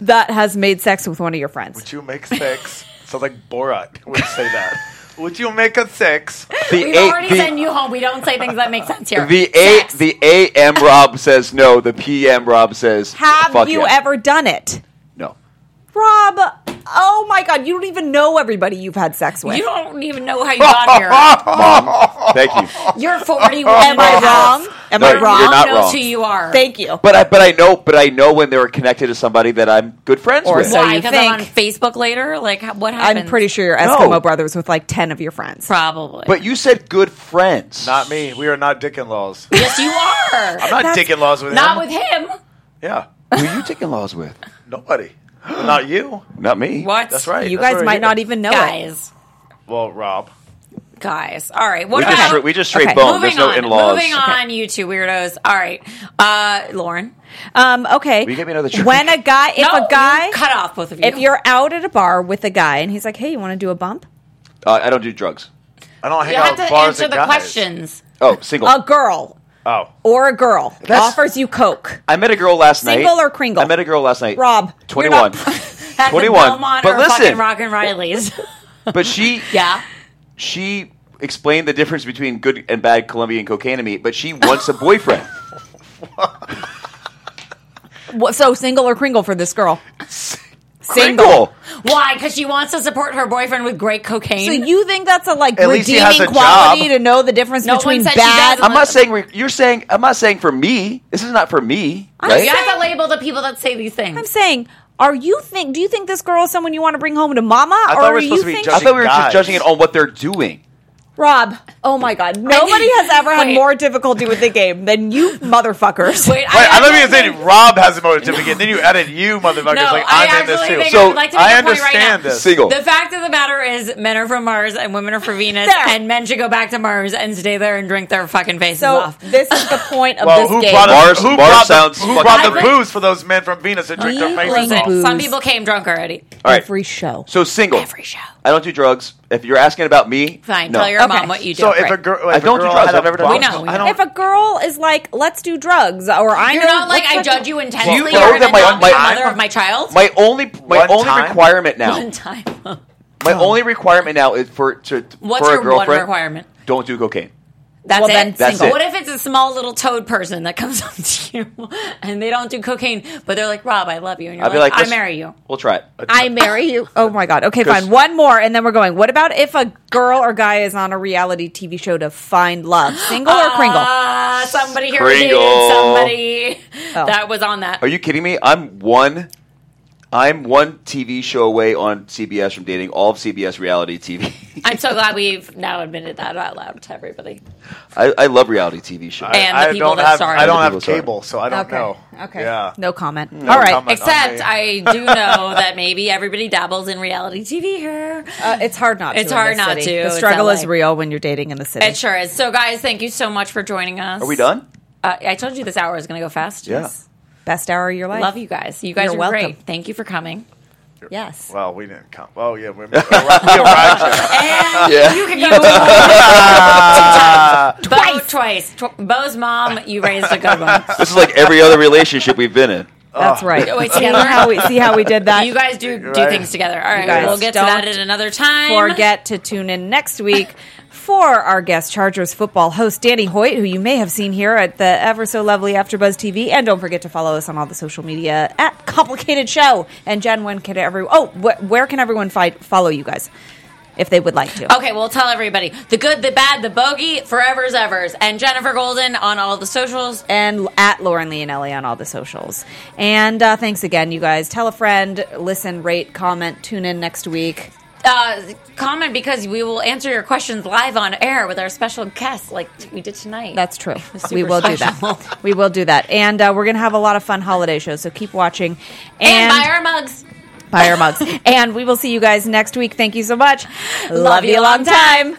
S3: that has made sex with one of your friends?
S5: Would you make sex? Sounds like Borat would say that. Would you make a sex?
S4: The
S1: We've
S4: A-
S1: already
S4: the-
S1: sent you home. We don't say things that make sense here.
S4: The a
S1: Sex.
S4: the AM Rob says no. The PM Rob says
S3: Have
S4: fuck
S3: you
S4: yeah.
S3: ever done it,
S4: No.
S3: Rob? Oh my God, you don't even know everybody you've had sex with.
S1: you don't even know how you got here.
S4: Thank you.
S1: You're 41.
S3: Am I wrong? Am
S4: No,
S3: I
S4: you're
S3: wrong?
S4: not
S1: knows
S4: wrong.
S1: who you are.
S3: Thank you.
S4: But I but I know but I know when they're connected to somebody that I'm good friends
S3: Or
S4: with.
S3: so
S1: Why?
S3: you
S1: Because I'm on
S3: think.
S1: Facebook later. Like how- what happened?
S3: I'm pretty sure you're
S4: No.
S3: Eskimo brothers with like ten of your friends.
S1: Probably.
S4: But you said good friends.
S5: Not me. We are not dick and laws.
S1: yes, you are.
S5: I'm not dick and laws with
S1: Not
S5: him.
S1: with him.
S5: yeah.
S4: Who you taking laws with?
S5: Nobody. not you.
S4: Not me.
S1: What?
S5: That's right.
S3: You
S5: That's
S3: guys
S5: right.
S3: might not even know it.
S1: guys.
S5: Well, Rob.
S1: Guys. All right. What
S4: We
S1: about
S4: just straight- we just straight
S3: Okay.
S4: bone.
S1: moving
S4: There's no
S1: on?
S4: in laws.
S1: Moving on, you two weirdos. All right. Uh, Lauren.
S3: Um, okay.
S4: Will you get me another drink?
S3: when a guy, if
S1: No,
S3: a guy,
S1: you cut off both of you.
S3: if you're out at a bar with a guy and he's like, "Hey, you want to do a bump?"
S4: Uh, I don't do drugs.
S5: I don't hang
S1: you
S5: out
S1: have
S5: with
S1: to
S5: bars
S1: answer
S5: and
S1: the
S5: guys.
S1: questions.
S4: Oh, single.
S3: A girl
S5: Oh.
S3: or a girl
S4: That's-
S3: offers you coke.
S4: I met a girl last night.
S3: Single or Kringle?
S4: I met a girl last night.
S3: Rob, you're
S4: 21.
S3: not-
S1: At
S4: 21.
S1: The Belmont
S4: But
S1: or
S4: listen.
S1: fucking Rock and Riley's.
S4: but she
S1: yeah.
S4: she explained the difference between good and bad Colombian cocaine to me, but she wants a boyfriend.
S3: Wha- So single or Kringle for this girl? Single.
S4: Kringle.
S1: Why? Because she wants to support her boyfriend with great cocaine.
S3: So you think that's a like
S5: At least he has
S3: redeeming
S5: a
S3: quality
S5: job.
S3: to know the difference
S1: No one
S3: between
S1: said she
S3: bad?
S1: doesn't.
S4: I'm not saying re- you're saying I'm not saying for me. This is not for me,
S1: you
S4: right?
S1: have to label the people that say these things.
S3: I'm saying Are you think? Do you think this girl is someone you want to bring home to mama?
S5: I
S3: or
S5: thought we were
S3: are
S5: supposed
S3: you
S5: to be
S3: think-
S4: I
S5: judging-
S4: thought we were
S5: guys.
S4: just judging it on what they're doing.
S3: Rob? Oh my God! Nobody has ever had more difficulty with the game than you, motherfuckers.
S1: Wait,
S5: Wait, I love you
S1: actually-
S5: saying Rob has a motive certificate. Then you added you, motherfuckers.
S1: No,
S5: like
S1: I
S5: I'm in this
S1: actually
S5: too.
S1: think
S4: So,
S1: I would like to make
S5: I
S1: a point right now.
S5: understand this.
S4: Single.
S1: The fact of the matter is, men are from Mars and women are from Venus,
S3: There.
S1: and men should go back to Mars and stay there and drink their fucking faces
S7: So
S1: off.
S7: this is the point of
S5: Well,
S7: this
S5: who
S7: game.
S5: brought,
S4: Mars-
S5: who
S4: Mars
S5: brought
S4: sounds
S5: the, who brought the
S1: fucking-
S5: booze for those men from Venus that drink their
S3: You
S5: faces
S3: bring
S5: off?
S3: booze.
S1: Some people came drunk already.
S4: All right.
S3: Every show.
S4: So single.
S1: Every show.
S4: I don't do drugs. If you're asking about me,
S1: Fine,
S4: no.
S1: tell your
S3: Okay.
S1: mom what you do.
S5: So if
S1: Great.
S5: a girl,
S4: I
S5: if
S4: don't
S5: a
S4: do
S5: girl
S4: drugs.
S5: has
S4: I've never done
S5: bottles-
S1: drugs. We know, we know.
S5: I don't.
S3: If a girl is like, "Let's do drugs," or I
S1: You're
S3: know,
S1: not like
S3: let's
S1: I
S3: fucking-
S1: judge you intensely.
S4: you
S1: You
S4: know
S1: are that
S4: that my-
S1: my,
S4: my-
S1: mother of my child.
S4: My only my
S5: One
S4: only
S5: time?
S4: requirement now.
S1: One time.
S4: My only requirement now is for to
S1: What's
S4: for
S1: your
S4: a
S1: one
S4: girlfriend.
S1: requirement?
S4: Don't do cocaine.
S1: That's
S3: Well,
S1: it.
S3: then
S4: That's single. it.
S1: What if it's a small little toad person that comes up to you and they don't do cocaine, but they're like, Rob, I love you, and you're
S4: I'd be
S1: like,
S4: like,
S1: I
S4: let's-
S1: marry you.
S4: We'll try it.
S3: I marry you. Oh my god. Okay,
S4: 'Cause-
S3: fine. One more, and then we're going. What about if a girl or guy is on a reality TV show to find love, single or Kringle?
S1: Ah, somebody here
S4: Kringle.
S1: dated somebody
S3: Oh.
S1: that was on that.
S4: Are you kidding me? I'm one. I'm one TV show away on CBS from dating all of CBS reality TV.
S1: I'm so glad we've now admitted that out loud to everybody.
S4: I, I love reality TV shows.
S5: I-
S1: and the
S5: I
S1: people
S5: don't
S1: that
S5: have,
S1: started.
S5: I don't
S4: The
S5: have
S4: people started.
S5: cable, so I don't
S3: Okay.
S5: know.
S3: Okay.
S5: Yeah.
S3: No comment. All right.
S5: comment.
S1: Except I
S5: Okay.
S1: do know that maybe everybody dabbles in reality TV here.
S3: Uh, it's hard not.
S1: It's
S3: to in
S1: hard
S3: this
S1: not
S3: city.
S1: to.
S3: The
S1: It's
S3: struggle is
S1: LA.
S3: real when you're dating in the city.
S1: It sure is. So, guys, thank you so much for joining us.
S4: Are we done?
S1: Uh, I told you this hour is going to go fast.
S4: Yeah.
S1: Yes.
S3: Best hour of your life.
S1: Love you guys. You guys
S3: You're
S1: are
S3: welcome.
S1: great. Thank you for coming.
S3: Yes.
S5: Well, we didn't come. Oh yeah, we, we arrived here.
S4: Yeah.
S1: You can go Bo twice. Tw- Bo's mom, you raised a good one.
S4: This is like every other relationship we've been in.
S3: That's right.
S1: Wait,
S3: see
S1: together?
S3: how we see how we did that.
S1: You guys do do
S5: Right.
S1: things together. All right,
S3: guys
S1: we'll get to
S3: don't
S1: that at another time.
S3: forget to tune in next week for our guest Chargers football host Danny Hoyt, who you may have seen here at the ever so lovely AfterBuzz TV. And don't forget to follow us on all the social media at Complicated Show. And Jen, when can everyone? Oh, wh- where can everyone find follow you guys if they would like to?
S1: Okay, we'll tell everybody the good, the bad, the bogey, forever's evers, and Jennifer Golden on all the socials.
S3: and at Lauren Leonelli on all the socials. And uh, thanks again, you guys. Tell a friend, listen, rate, comment, tune in next week.
S1: Uh, comment because we will answer your questions live on air with our special guest, like we did tonight.
S3: That's true.
S1: super
S3: We will do
S1: special.
S3: that. We will do that. And uh, we're going to have a lot of fun holiday shows, so keep watching.
S1: and,
S3: And,
S1: buy our mugs.
S3: buy our mugs. and we will see you guys next week. Thank you so much. Love, you a long time.